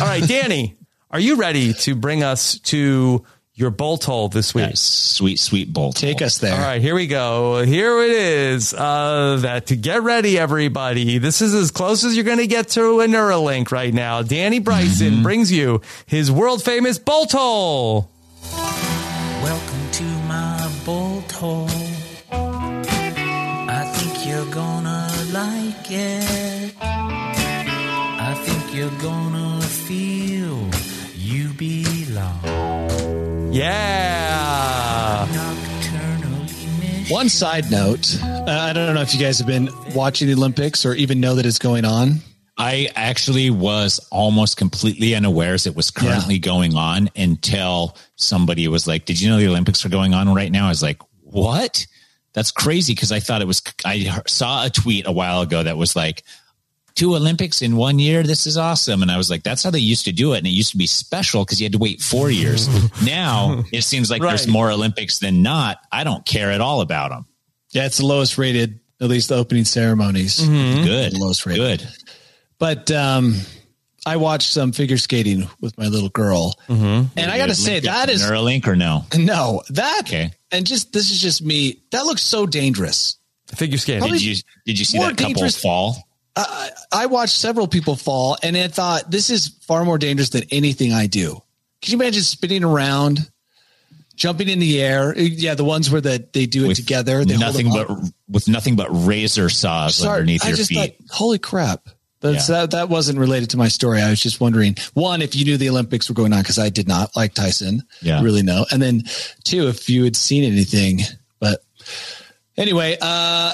[SPEAKER 1] All right, Danny, are you ready to bring us to your bolt hole this week?
[SPEAKER 3] That sweet, sweet bolt.
[SPEAKER 2] Take us there.
[SPEAKER 1] All right, here we go. Here it is. Uh, that to get ready, everybody. This is as close as you're going to get to a Neuralink right now. Danny Bryson brings you his world famous bolt hole.
[SPEAKER 9] Welcome to my bolt hole. I think you're gonna like it. I think you're gonna feel you belong.
[SPEAKER 1] Yeah.
[SPEAKER 9] Nocturnally mission.
[SPEAKER 2] One side note uh, I don't know if you guys have been watching the Olympics or even know that it's going on.
[SPEAKER 3] I actually was almost completely unaware as it was currently going on until somebody was like, "Did you know the Olympics are going on right now?" I was like, "What? That's crazy!" Because I thought it was. I saw a tweet a while ago that was like, two Olympics in one year. This is awesome. And I was like, that's how they used to do it. And it used to be special because you had to wait four years. now it seems like there's
[SPEAKER 1] Right.
[SPEAKER 3] more Olympics than not. I don't care at all about them.
[SPEAKER 2] Yeah, it's the lowest rated, at least the opening ceremonies.
[SPEAKER 3] Good.
[SPEAKER 2] Mm-hmm. Lowest rate.
[SPEAKER 3] Good.
[SPEAKER 2] But um, I watched some figure skating with my little girl. And I got to say,
[SPEAKER 3] Link up
[SPEAKER 2] that
[SPEAKER 3] to
[SPEAKER 2] is
[SPEAKER 3] Neuralink or no?
[SPEAKER 2] no, that,
[SPEAKER 3] Okay.
[SPEAKER 2] and just this is just me. That looks so dangerous.
[SPEAKER 1] Figure skating.
[SPEAKER 2] Probably-
[SPEAKER 3] Did you, did you see
[SPEAKER 2] More
[SPEAKER 3] that couple
[SPEAKER 2] dangerous-
[SPEAKER 3] fall?
[SPEAKER 2] I, I watched several people fall and I thought, this is far more dangerous than anything I do. Can you imagine spinning around? jumping in the air. Yeah, the ones where that they do it
[SPEAKER 3] With
[SPEAKER 2] together. They hold
[SPEAKER 3] nothing
[SPEAKER 2] them up.
[SPEAKER 3] but with nothing but razor saws
[SPEAKER 2] Sorry,
[SPEAKER 3] underneath
[SPEAKER 2] I
[SPEAKER 3] your
[SPEAKER 2] just
[SPEAKER 3] feet.
[SPEAKER 2] Thought, Holy crap! That's, that that wasn't related to my story. I was just wondering one if you knew the Olympics were going on because I did not like Tyson.
[SPEAKER 3] Yeah.
[SPEAKER 2] really know. And then two, if you had seen anything. But anyway, uh,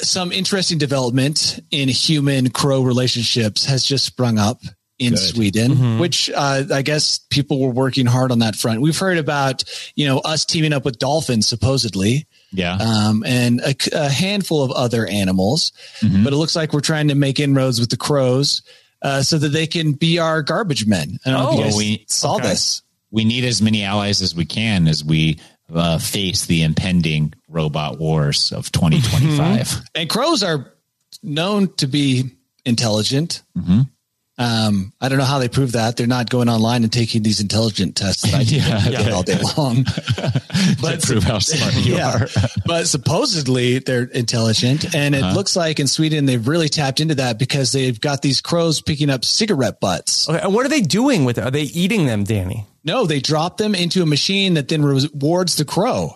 [SPEAKER 2] some interesting development in human crow relationships has just sprung up in
[SPEAKER 10] Good.
[SPEAKER 2] Sweden,
[SPEAKER 10] Mhm.
[SPEAKER 2] which uh, I guess people were working hard on that front. We've heard about you know us teaming up with dolphins supposedly.
[SPEAKER 3] Yeah.
[SPEAKER 2] Um, and a, c- a handful of other animals, but it looks like we're trying to make inroads with the crows uh, so that they can be our garbage men. I don't know if you guys saw this.
[SPEAKER 3] We need as many allies as we can as we uh, face the impending robot wars of 2025.
[SPEAKER 2] And crows are known to be intelligent. Um, I don't know how they prove that. They're not going online and taking these intelligent tests that I
[SPEAKER 3] Yeah.
[SPEAKER 2] yeah, all day long. but
[SPEAKER 3] prove how smart you are.
[SPEAKER 2] but supposedly they're intelligent, and it
[SPEAKER 3] Uh-huh.
[SPEAKER 2] looks like in Sweden they've really tapped into that because they've got these crows picking up cigarette butts.
[SPEAKER 1] Okay, and what are they doing with it? Are they eating them, Danny?
[SPEAKER 2] No, they drop them into a machine that then rewards the crow.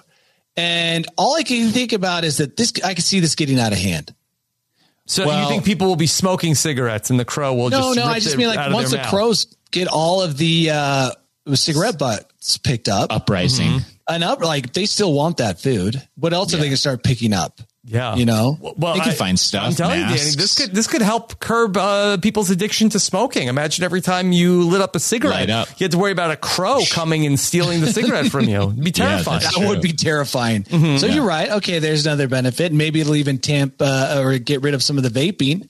[SPEAKER 2] And all I can think about is that this I can see this getting out of hand.
[SPEAKER 1] So you think people will be smoking cigarettes and the crow will
[SPEAKER 2] no,
[SPEAKER 1] just
[SPEAKER 2] no,
[SPEAKER 1] rip
[SPEAKER 2] I just
[SPEAKER 1] it
[SPEAKER 2] mean
[SPEAKER 1] out
[SPEAKER 2] like
[SPEAKER 1] of
[SPEAKER 2] once the
[SPEAKER 1] their mouth?
[SPEAKER 2] crows get all of the uh, cigarette butts picked up,
[SPEAKER 3] uprising,
[SPEAKER 2] and up like they still want that food. What else are they going to start picking up?
[SPEAKER 1] Yeah,
[SPEAKER 2] you know,
[SPEAKER 3] They can find stuff,
[SPEAKER 1] I'm telling you, Danny,
[SPEAKER 3] masks.
[SPEAKER 1] this could this could help curb uh, people's addiction to smoking. Imagine every time you lit up a cigarette,
[SPEAKER 3] Light up.
[SPEAKER 1] you had to worry about a crow coming and stealing the cigarette from you. It'd be terrifying.
[SPEAKER 2] that would be terrifying.
[SPEAKER 3] Mm-hmm.
[SPEAKER 1] Mhm.
[SPEAKER 2] So
[SPEAKER 1] Yeah.
[SPEAKER 2] you're right. Okay, there's another benefit. Maybe it'll even tamp uh, or get rid of some of the vaping.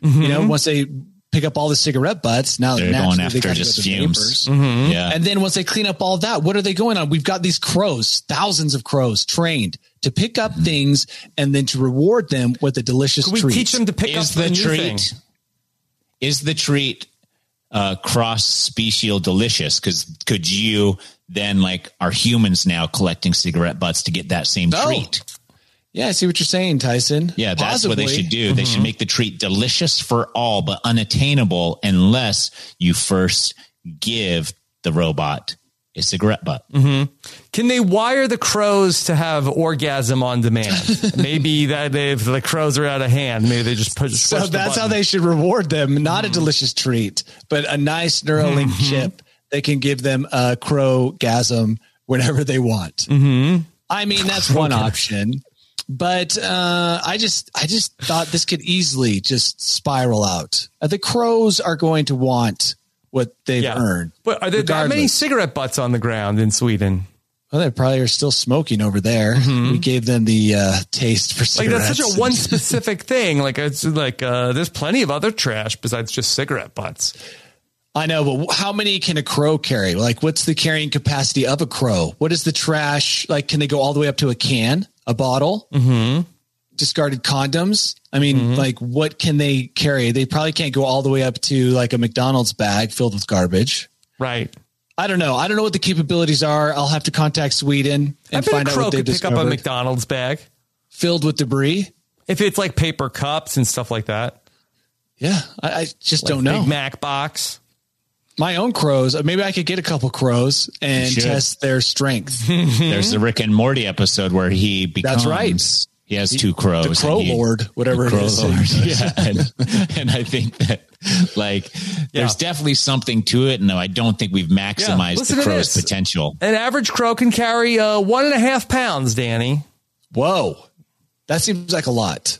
[SPEAKER 2] You know, once they pick up all the cigarette butts, now
[SPEAKER 3] Mm-hmm. They're
[SPEAKER 2] naturally
[SPEAKER 3] going
[SPEAKER 2] they
[SPEAKER 3] after
[SPEAKER 2] gotta
[SPEAKER 3] just
[SPEAKER 2] go to vapors.
[SPEAKER 3] fumes. Mm-hmm. Yeah.
[SPEAKER 2] And then once they clean up all that, what are they going on? We've got these crows, thousands of crows trained to pick up
[SPEAKER 3] Mm-hmm.
[SPEAKER 2] things and then to reward them with a delicious
[SPEAKER 1] Could we
[SPEAKER 2] treat.
[SPEAKER 1] teach them to pick
[SPEAKER 3] Is the treat is the treat uh, cross special delicious? Because could you then like are humans now collecting cigarette butts to get that same
[SPEAKER 2] No.
[SPEAKER 3] treat?
[SPEAKER 2] Yeah, I see what you're saying, Tyson.
[SPEAKER 3] Yeah, that's what they
[SPEAKER 2] Possibly.
[SPEAKER 3] should do. They should make the treat delicious for all, but unattainable unless you first give the robot a cigarette butt.
[SPEAKER 2] Mm-hmm.
[SPEAKER 1] hmm Can they wire the crows to have orgasm on demand? Maybe that if the crows are out of hand, maybe they just put. Just
[SPEAKER 2] So
[SPEAKER 1] push the
[SPEAKER 2] that's how
[SPEAKER 1] button. Mm-hmm.
[SPEAKER 2] they should reward them. Not a delicious treat, but a nice Neuralink chip that can give them a crow gasm whenever they want.
[SPEAKER 1] Mm-hmm.
[SPEAKER 2] I mean, that's one option. But uh, I just, I just thought this could easily just spiral out. Uh, The crows are going to want what they've earned.
[SPEAKER 1] But are there that many
[SPEAKER 2] regardless.
[SPEAKER 1] cigarette butts on the ground in Sweden?
[SPEAKER 2] Well, they probably are still smoking over there. We gave them the uh, taste for
[SPEAKER 1] Mm-hmm. Like
[SPEAKER 2] cigarettes.
[SPEAKER 1] that's such a one specific thing. Like it's like uh, there's plenty of other trash besides just cigarette butts.
[SPEAKER 2] I know, but wh- how many can a crow carry? Like, what's the carrying capacity of a crow? What is the trash? Like, can they go all the way up to a can, a bottle, mm-hmm. discarded condoms? I mean,
[SPEAKER 1] Mm-hmm.
[SPEAKER 2] like, what can they carry? They probably can't go all the way up to like a McDonald's bag filled with garbage.
[SPEAKER 1] Right.
[SPEAKER 2] I don't know. I don't know what the capabilities are. I'll have to contact Sweden
[SPEAKER 1] I
[SPEAKER 2] and
[SPEAKER 1] bet
[SPEAKER 2] find
[SPEAKER 1] a
[SPEAKER 2] out
[SPEAKER 1] crow
[SPEAKER 2] what they
[SPEAKER 1] could pick
[SPEAKER 2] discovered.
[SPEAKER 1] up a McDonald's bag
[SPEAKER 2] filled with debris.
[SPEAKER 1] If it's like paper cups and stuff like that.
[SPEAKER 2] Yeah, I, I just
[SPEAKER 1] Like
[SPEAKER 2] don't know.
[SPEAKER 1] Big Mac box.
[SPEAKER 2] My own crows. uh, Maybe I could get a couple crows and
[SPEAKER 3] should.
[SPEAKER 2] test their strength.
[SPEAKER 3] There's the Rick and Morty episode where he becomes.
[SPEAKER 2] That's right.
[SPEAKER 3] He has two crows.
[SPEAKER 2] The
[SPEAKER 3] and
[SPEAKER 2] crow
[SPEAKER 3] he-
[SPEAKER 2] lord, whatever
[SPEAKER 3] the
[SPEAKER 2] it
[SPEAKER 3] crow
[SPEAKER 2] is.
[SPEAKER 3] lord. Yeah. And, and I think that, like, there's definitely something to it. And I don't think we've maximized
[SPEAKER 1] Listen
[SPEAKER 3] the
[SPEAKER 1] to
[SPEAKER 3] crow's
[SPEAKER 1] this.
[SPEAKER 3] potential.
[SPEAKER 1] An average crow can carry uh, one and a half pounds, Danny.
[SPEAKER 2] Whoa. That seems like a lot.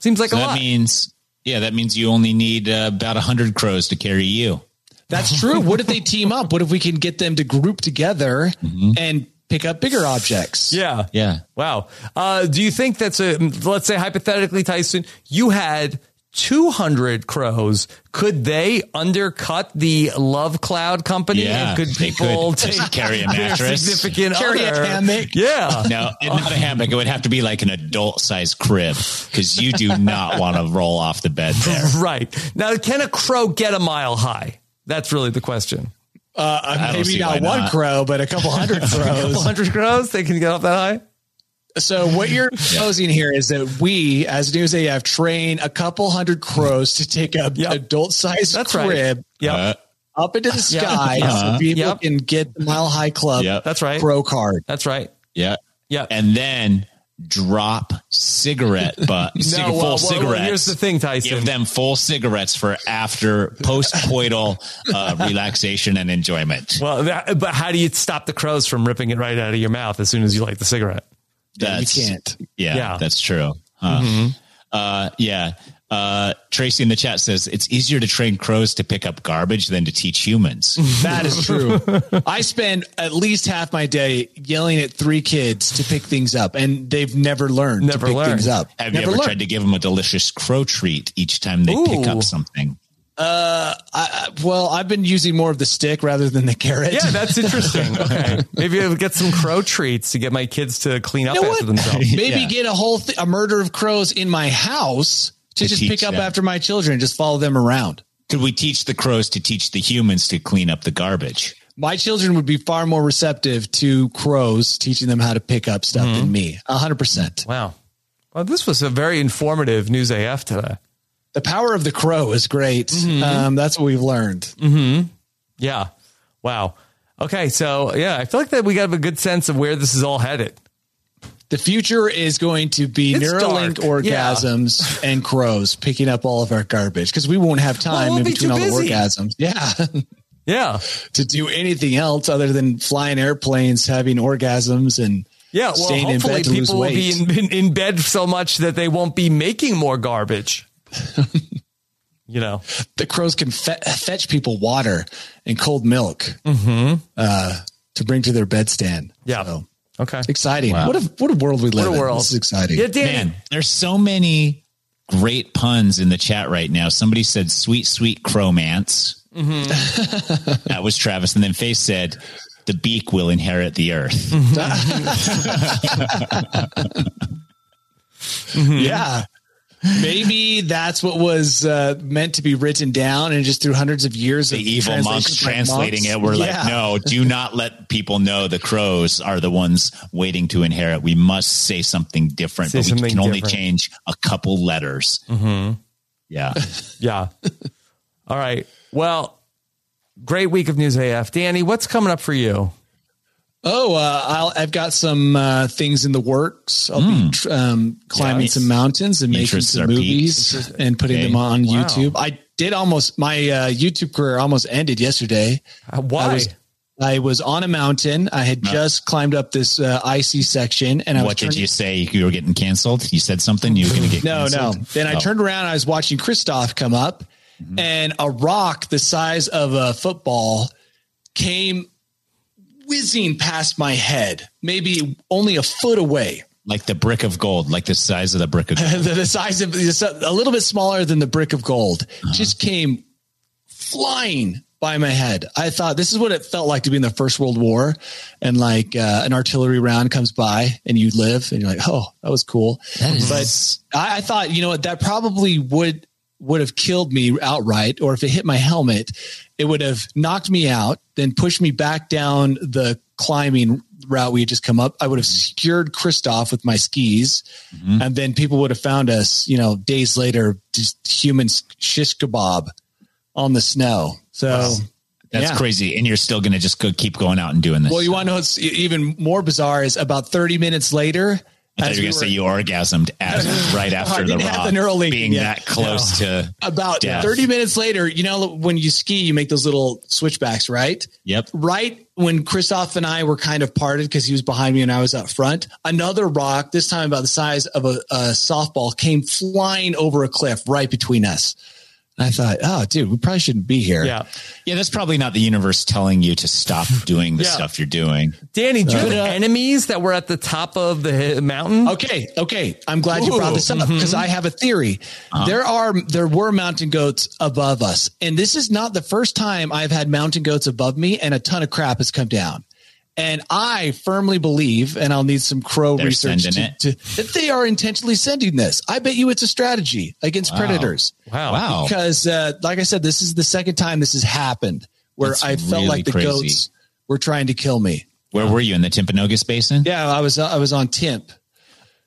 [SPEAKER 1] Seems like
[SPEAKER 3] So
[SPEAKER 1] a
[SPEAKER 3] that
[SPEAKER 1] lot.
[SPEAKER 3] means, yeah, that means you only need uh, about 100 crows to carry you.
[SPEAKER 2] That's true. what if they team up? What if we can get them to group together and pick up bigger objects?
[SPEAKER 1] Yeah.
[SPEAKER 3] Yeah.
[SPEAKER 1] Wow. Uh, do you think that's a, let's say hypothetically, Tyson, you had 200 crows. Could they undercut the Love Cloud company?
[SPEAKER 3] Yeah,
[SPEAKER 1] and could
[SPEAKER 3] they
[SPEAKER 1] people
[SPEAKER 3] could just
[SPEAKER 1] take
[SPEAKER 3] carry a
[SPEAKER 1] their
[SPEAKER 3] mattress.
[SPEAKER 1] Significant
[SPEAKER 3] Carry a
[SPEAKER 1] other?
[SPEAKER 3] hammock.
[SPEAKER 1] Yeah.
[SPEAKER 3] No, and not a hammock. It would have to be like an adult sized crib because you do not want to roll off the bed there.
[SPEAKER 1] Right. Now, can a crow get a mile high? That's really the question.
[SPEAKER 2] Uh,
[SPEAKER 3] I don't
[SPEAKER 2] maybe
[SPEAKER 3] see
[SPEAKER 2] not
[SPEAKER 3] why
[SPEAKER 2] one
[SPEAKER 3] not.
[SPEAKER 2] crow, but a couple hundred
[SPEAKER 1] A
[SPEAKER 2] crows.
[SPEAKER 1] couple hundred crows, they can get off that high?
[SPEAKER 2] So what you're proposing here is that we, as News AF, train a couple hundred crows to take up adult-sized
[SPEAKER 1] That's right.
[SPEAKER 3] Uh,
[SPEAKER 2] crib.
[SPEAKER 1] Yep.
[SPEAKER 2] up into the
[SPEAKER 1] Yeah.
[SPEAKER 2] sky
[SPEAKER 3] Uh-huh.
[SPEAKER 2] so people
[SPEAKER 3] Yep.
[SPEAKER 2] can get the Mile High Club
[SPEAKER 3] Yep.
[SPEAKER 2] That's right. pro card.
[SPEAKER 1] That's right.
[SPEAKER 3] Yeah.
[SPEAKER 1] Yeah.
[SPEAKER 3] And then drop cigarette butt
[SPEAKER 1] No,
[SPEAKER 3] cig-
[SPEAKER 1] well,
[SPEAKER 3] full
[SPEAKER 1] well,
[SPEAKER 3] cigarettes.
[SPEAKER 1] here's the thing, Tyson.
[SPEAKER 3] Give them full cigarettes for after post-coital uh, relaxation and enjoyment.
[SPEAKER 1] Well, that, but how do you stop the crows from ripping it right out of your mouth as soon as you light the cigarette?
[SPEAKER 3] That's, Yeah,
[SPEAKER 1] Yeah.
[SPEAKER 3] that's true. Huh. Uh, yeah. Uh, Tracy in the chat says it's easier to train crows to pick up garbage than to teach humans.
[SPEAKER 2] That is true. I spend at least half my day yelling at three kids to pick things up, and they've never learned to pick things up.
[SPEAKER 3] Have
[SPEAKER 2] Never
[SPEAKER 3] you ever
[SPEAKER 2] learned.
[SPEAKER 3] tried to give them a delicious crow treat each time they pick
[SPEAKER 2] Ooh.
[SPEAKER 3] up something?
[SPEAKER 2] Uh, I, I- well, I've been using more of the stick rather than the carrot.
[SPEAKER 1] Yeah, that's interesting. Okay. Maybe I'll get some crow treats to get my kids to clean
[SPEAKER 2] You
[SPEAKER 1] up
[SPEAKER 2] know
[SPEAKER 1] after
[SPEAKER 2] what?
[SPEAKER 1] themselves.
[SPEAKER 2] Maybe get a whole th- a murder of crows in my house to,
[SPEAKER 3] To
[SPEAKER 2] just
[SPEAKER 3] teach
[SPEAKER 2] pick up
[SPEAKER 3] them.
[SPEAKER 2] after my children. Just follow them around.
[SPEAKER 3] Could we teach the crows to teach the humans to clean up the garbage?
[SPEAKER 2] My children would be far more receptive to crows teaching them how to pick up stuff
[SPEAKER 3] Mm-hmm.
[SPEAKER 2] than me. hundred percent.
[SPEAKER 1] Wow. Well, this was a very informative news AF today.
[SPEAKER 2] The power of the crow is great.
[SPEAKER 3] Mm-hmm.
[SPEAKER 2] Um, that's what we've learned.
[SPEAKER 1] Hmm. Yeah. Wow. Okay. So yeah, I feel like that we got a good sense of where this is all headed.
[SPEAKER 2] The future is going to be
[SPEAKER 1] It's
[SPEAKER 2] Neuralink
[SPEAKER 1] dark. Yeah.
[SPEAKER 2] orgasms and crows picking up all of our garbage because we won't have time
[SPEAKER 1] we'll
[SPEAKER 2] in
[SPEAKER 1] be
[SPEAKER 2] between
[SPEAKER 1] too
[SPEAKER 2] all
[SPEAKER 1] busy.
[SPEAKER 2] the orgasms. Yeah.
[SPEAKER 1] Yeah.
[SPEAKER 2] to do anything else other than flying airplanes, having orgasms, and
[SPEAKER 1] Yeah. Well,
[SPEAKER 2] staying in
[SPEAKER 1] hopefully
[SPEAKER 2] bed to lose
[SPEAKER 1] people will be
[SPEAKER 2] weight.
[SPEAKER 1] in, in, in bed so much that they won't be making more garbage. you know,
[SPEAKER 2] the crows can fe- fetch people water and cold milk uh, to bring to their bedstand.
[SPEAKER 1] Mm-hmm. Yeah. Okay.
[SPEAKER 2] Exciting. What a what a world we live in. This is exciting.
[SPEAKER 3] Man, there's so many great puns in the chat right now. Somebody said sweet, sweet cromance.
[SPEAKER 2] Mm-hmm.
[SPEAKER 3] that was Travis. And then Face said, the beak will inherit the earth.
[SPEAKER 2] Mm-hmm.
[SPEAKER 3] Hmm.
[SPEAKER 2] Yeah. Maybe that's what was uh, meant to be written down, and just through hundreds of years of
[SPEAKER 3] The evil monks translating it were
[SPEAKER 2] We're
[SPEAKER 3] like, no, do not let people know the crows are the ones waiting to inherit. We must say something different,
[SPEAKER 1] Say
[SPEAKER 3] but we
[SPEAKER 1] something
[SPEAKER 3] can only
[SPEAKER 1] different.
[SPEAKER 3] change a couple letters.
[SPEAKER 1] Mm-hmm.
[SPEAKER 3] Yeah.
[SPEAKER 1] Yeah. All right. Well, great week of news AF. Danny, what's coming up for you?
[SPEAKER 2] Oh, uh, I'll, I've got some uh, things in the works. I'll be tr- um, climbing
[SPEAKER 3] Yeah.
[SPEAKER 2] some mountains and making
[SPEAKER 3] Hmm. Interests are
[SPEAKER 2] some
[SPEAKER 3] peaked.
[SPEAKER 2] movies and putting them on
[SPEAKER 3] Wow.
[SPEAKER 2] YouTube. I did almost my uh, YouTube career almost ended yesterday.
[SPEAKER 1] why?
[SPEAKER 2] I was, I was on a mountain. I had just climbed up this uh, icy section, and I was
[SPEAKER 3] what did you say? You were getting canceled? You said something? You were going to get
[SPEAKER 2] no,
[SPEAKER 3] canceled?
[SPEAKER 2] no. Then I
[SPEAKER 3] Oh.
[SPEAKER 2] turned around. I was watching Kristoff come up, and a rock the size of a football came whizzing past my head, maybe only a foot away.
[SPEAKER 3] like the brick of gold, like the size of the brick of gold.
[SPEAKER 2] the, the size of a little bit smaller than the brick of gold just came flying by my head. I thought this is what it felt like to be in the First World War, and like uh, an artillery round comes by and you live, and you're like, oh, that was cool. But I, I thought, you know what, that probably would would have killed me outright, or if it hit my helmet, it would have knocked me out, then pushed me back down the climbing route we had just come up. I would have secured Kristoff with my skis, and then people would have found us, you know, days later, just human shish kebab on the snow. So
[SPEAKER 3] That's
[SPEAKER 2] yeah.
[SPEAKER 3] crazy. And you're still going to just go, keep going out and doing this.
[SPEAKER 2] Well, you want to know what's e- even more bizarre is about 30 minutes later.
[SPEAKER 3] I
[SPEAKER 2] as
[SPEAKER 3] thought you were
[SPEAKER 2] we
[SPEAKER 3] going to
[SPEAKER 2] were-
[SPEAKER 3] say you orgasmed as, right
[SPEAKER 2] I
[SPEAKER 3] after the
[SPEAKER 2] didn't have
[SPEAKER 3] rock
[SPEAKER 2] the neural link
[SPEAKER 3] being
[SPEAKER 2] yet.
[SPEAKER 3] that close to
[SPEAKER 2] about
[SPEAKER 3] death.
[SPEAKER 2] 30 minutes later, you know, when you ski, you make those little switchbacks, right?
[SPEAKER 3] Yep.
[SPEAKER 2] Right when Christoph and I were kind of parted because he was behind me and I was up front, another rock, this time about the size of a, a softball, came flying over a cliff right between us. And I thought, oh, dude, we probably shouldn't be here.
[SPEAKER 1] Yeah.
[SPEAKER 3] Yeah, that's probably not the universe telling you to stop doing the
[SPEAKER 1] Yeah.
[SPEAKER 3] stuff you're doing.
[SPEAKER 1] Danny, do you have
[SPEAKER 2] Good, uh,
[SPEAKER 1] enemies that were at the top of the hi- mountain?
[SPEAKER 2] Okay, okay. I'm glad you brought this up because
[SPEAKER 3] Mm-hmm.
[SPEAKER 2] I have a theory.
[SPEAKER 3] Uh-huh.
[SPEAKER 2] There are there were mountain goats above us, and this is not the first time I've had mountain goats above me, and a ton of crap has come down. And I firmly believe, and I'll need some crow
[SPEAKER 3] They're
[SPEAKER 2] research
[SPEAKER 3] sending
[SPEAKER 2] to, to, that they are intentionally sending this. I bet you it's a strategy against
[SPEAKER 3] Wow.
[SPEAKER 2] predators.
[SPEAKER 1] Wow.
[SPEAKER 3] Wow.
[SPEAKER 2] Because, uh, like I said, this is the second time this has happened where
[SPEAKER 3] That's
[SPEAKER 2] I felt
[SPEAKER 3] really
[SPEAKER 2] like the
[SPEAKER 3] crazy.
[SPEAKER 2] goats were trying to kill me.
[SPEAKER 3] Where were you in the Timpanogos Basin?
[SPEAKER 2] Yeah, I was I was on Timp.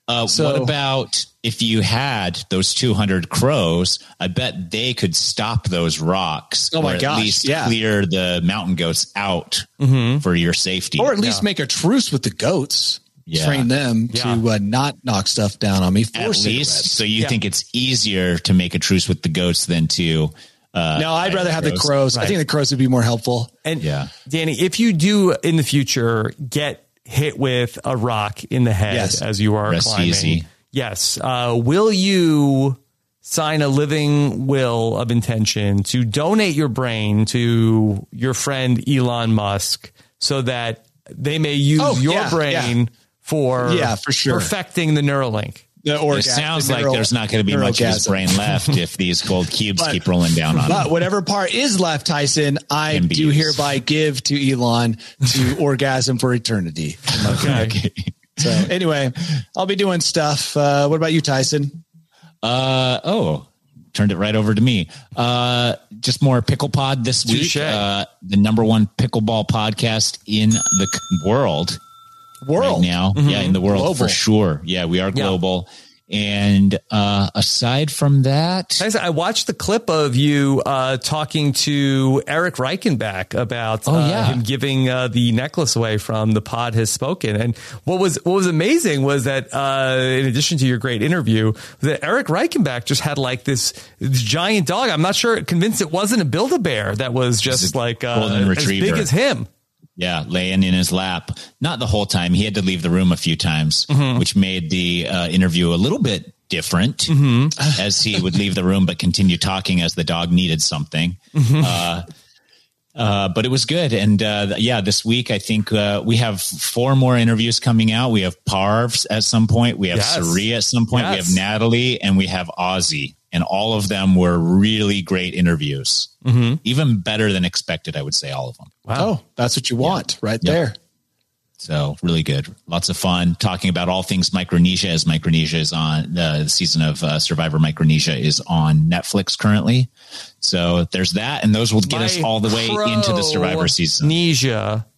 [SPEAKER 3] Uh, what about if you had those 200 crows? I bet they could stop those rocks.
[SPEAKER 2] Oh my
[SPEAKER 3] or at
[SPEAKER 2] gosh,
[SPEAKER 3] least
[SPEAKER 2] yeah. Mm-hmm.
[SPEAKER 3] clear the mountain goats out for your safety.
[SPEAKER 2] or at least make a truce with the goats.
[SPEAKER 3] Yeah.
[SPEAKER 2] Train them to uh, not knock stuff down on me. For
[SPEAKER 3] at least.
[SPEAKER 2] cigarettes.
[SPEAKER 3] So you think it's easier to make a truce with the goats than to. Uh,
[SPEAKER 2] no, I'd
[SPEAKER 3] fight
[SPEAKER 2] rather have the crows. I think the crows would be more helpful.
[SPEAKER 1] And Danny, if you do in the future get hit with a rock in the head
[SPEAKER 3] Yes.
[SPEAKER 1] as you are
[SPEAKER 3] Rest
[SPEAKER 1] climbing,
[SPEAKER 3] easy.
[SPEAKER 1] yes, uh, will you sign a living will of intention to donate your brain to your friend Elon Musk so that they may use
[SPEAKER 2] Oh,
[SPEAKER 1] your
[SPEAKER 2] yeah,
[SPEAKER 1] brain
[SPEAKER 2] yeah.
[SPEAKER 1] for
[SPEAKER 2] Yeah, for sure.
[SPEAKER 1] perfecting the Neuralink?
[SPEAKER 3] it sounds like there's not going to be much of his brain left if these gold cubes
[SPEAKER 2] But-
[SPEAKER 3] keep rolling down on
[SPEAKER 2] But
[SPEAKER 3] him.
[SPEAKER 2] whatever part is left, Tyson, I
[SPEAKER 3] Can be
[SPEAKER 2] do
[SPEAKER 3] used.
[SPEAKER 2] hereby give to Elon to orgasm for eternity.
[SPEAKER 1] Okay.
[SPEAKER 2] So anyway, I'll be doing stuff. Uh, what about you, Tyson?
[SPEAKER 3] Uh, oh, turned it right over to me. Uh, just more pickle pod this
[SPEAKER 1] Touche.
[SPEAKER 3] week. Uh, the number one pickleball podcast in the c- world.
[SPEAKER 2] World
[SPEAKER 3] right now,
[SPEAKER 2] Mhm.
[SPEAKER 3] yeah, in the world
[SPEAKER 2] Global.
[SPEAKER 3] for sure. Yeah, we are global. And uh, aside from that,
[SPEAKER 1] Tyson, I watched the clip of you uh, talking to Eric Reichenbach about
[SPEAKER 3] Oh,
[SPEAKER 1] uh,
[SPEAKER 3] yeah.
[SPEAKER 1] him giving uh, the necklace away from the pod has spoken. And what was what was amazing was that uh, in addition to your great interview, that Eric Reichenbach just had like this giant dog. I'm not sure convinced it wasn't a build a bear that was just like
[SPEAKER 3] golden
[SPEAKER 1] uh, as big
[SPEAKER 3] retriever.
[SPEAKER 1] as him.
[SPEAKER 3] Yeah, laying in his lap. Not the whole time. He had to leave the room a few times, which made the uh, interview a little bit different as he would leave the room but continue talking as the dog needed something. Uh, uh, but it was good. And uh, th- yeah, this week I think uh, we have four more interviews coming out. We have Parvs at some point. We have
[SPEAKER 1] Yes.
[SPEAKER 3] Sari at some point.
[SPEAKER 1] Yes.
[SPEAKER 3] We have Natalie and we have Ozzy. And all of them were really great interviews.
[SPEAKER 1] Mm-hmm.
[SPEAKER 3] Even better than expected, I would say, all of them.
[SPEAKER 2] Oh, that's what you want right there.
[SPEAKER 3] So really good, lots of fun talking about all things Micronesia. As Micronesia is on the season of uh, Survivor Micronesia is on Netflix currently. So there's that, and those will get us
[SPEAKER 1] My
[SPEAKER 3] all the way into the Survivor season.
[SPEAKER 1] Amnesia.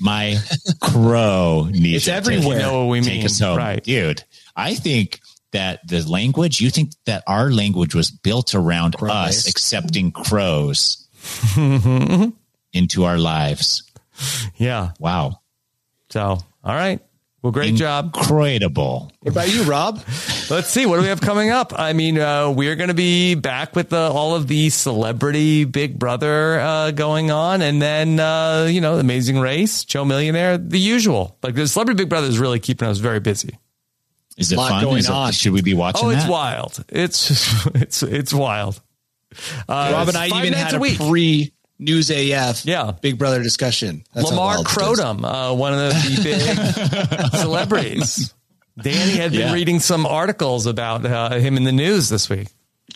[SPEAKER 3] My crow,
[SPEAKER 2] It's
[SPEAKER 3] Nisha,
[SPEAKER 2] everywhere.
[SPEAKER 1] You know what we
[SPEAKER 3] take,
[SPEAKER 1] mean.
[SPEAKER 3] us home,
[SPEAKER 1] Mm, Right.
[SPEAKER 3] dude. I think that the language you think that our language was built around us
[SPEAKER 2] Christ.
[SPEAKER 3] accepting crows into our lives.
[SPEAKER 1] Yeah.
[SPEAKER 3] Wow,
[SPEAKER 1] So all right. Well, great job.
[SPEAKER 3] incredible.
[SPEAKER 2] What about you, Rob?
[SPEAKER 1] Let's see what do we have coming up. I mean, uh, we're going to be back with uh all of the celebrity Big Brother uh, going on, and then uh, you know, Amazing Race, Joe Millionaire, the usual. Like the celebrity Big Brother is really keeping us very busy.
[SPEAKER 3] Is it
[SPEAKER 2] Lot
[SPEAKER 3] fun?
[SPEAKER 2] going
[SPEAKER 3] Is it-
[SPEAKER 2] on.
[SPEAKER 3] should we be watching?
[SPEAKER 1] oh, it's
[SPEAKER 3] that?
[SPEAKER 1] wild! It's it's it's wild. Uh,
[SPEAKER 2] Rob and I
[SPEAKER 1] five
[SPEAKER 2] even
[SPEAKER 1] nights
[SPEAKER 2] had
[SPEAKER 1] a
[SPEAKER 2] a
[SPEAKER 1] week.
[SPEAKER 2] pre news AF
[SPEAKER 1] Yeah.
[SPEAKER 2] Big Brother discussion. That's how
[SPEAKER 1] Lamar
[SPEAKER 2] wild it is.
[SPEAKER 1] Crodum, uh, one of the big celebrities. Danny had been
[SPEAKER 3] Yeah.
[SPEAKER 1] reading some articles about uh, him in the news this week.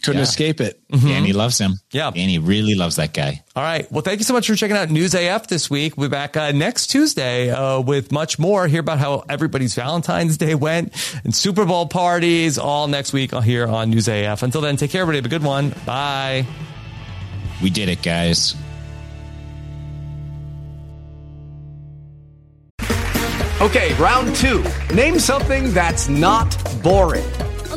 [SPEAKER 2] Couldn't escape it.
[SPEAKER 1] Mm-hmm.
[SPEAKER 3] Danny loves him.
[SPEAKER 1] Yeah.
[SPEAKER 3] Danny really loves that guy.
[SPEAKER 1] All right. Well, thank you so much for checking out News AF this week. We'll be back uh, next Tuesday uh, with much more. Hear about how everybody's Valentine's Day went and Super Bowl parties all next week here on News AF. Until then, take care, everybody. Have a good one. Bye.
[SPEAKER 3] We did it, guys.
[SPEAKER 7] Okay, round two. Name something that's not boring.
[SPEAKER 11] A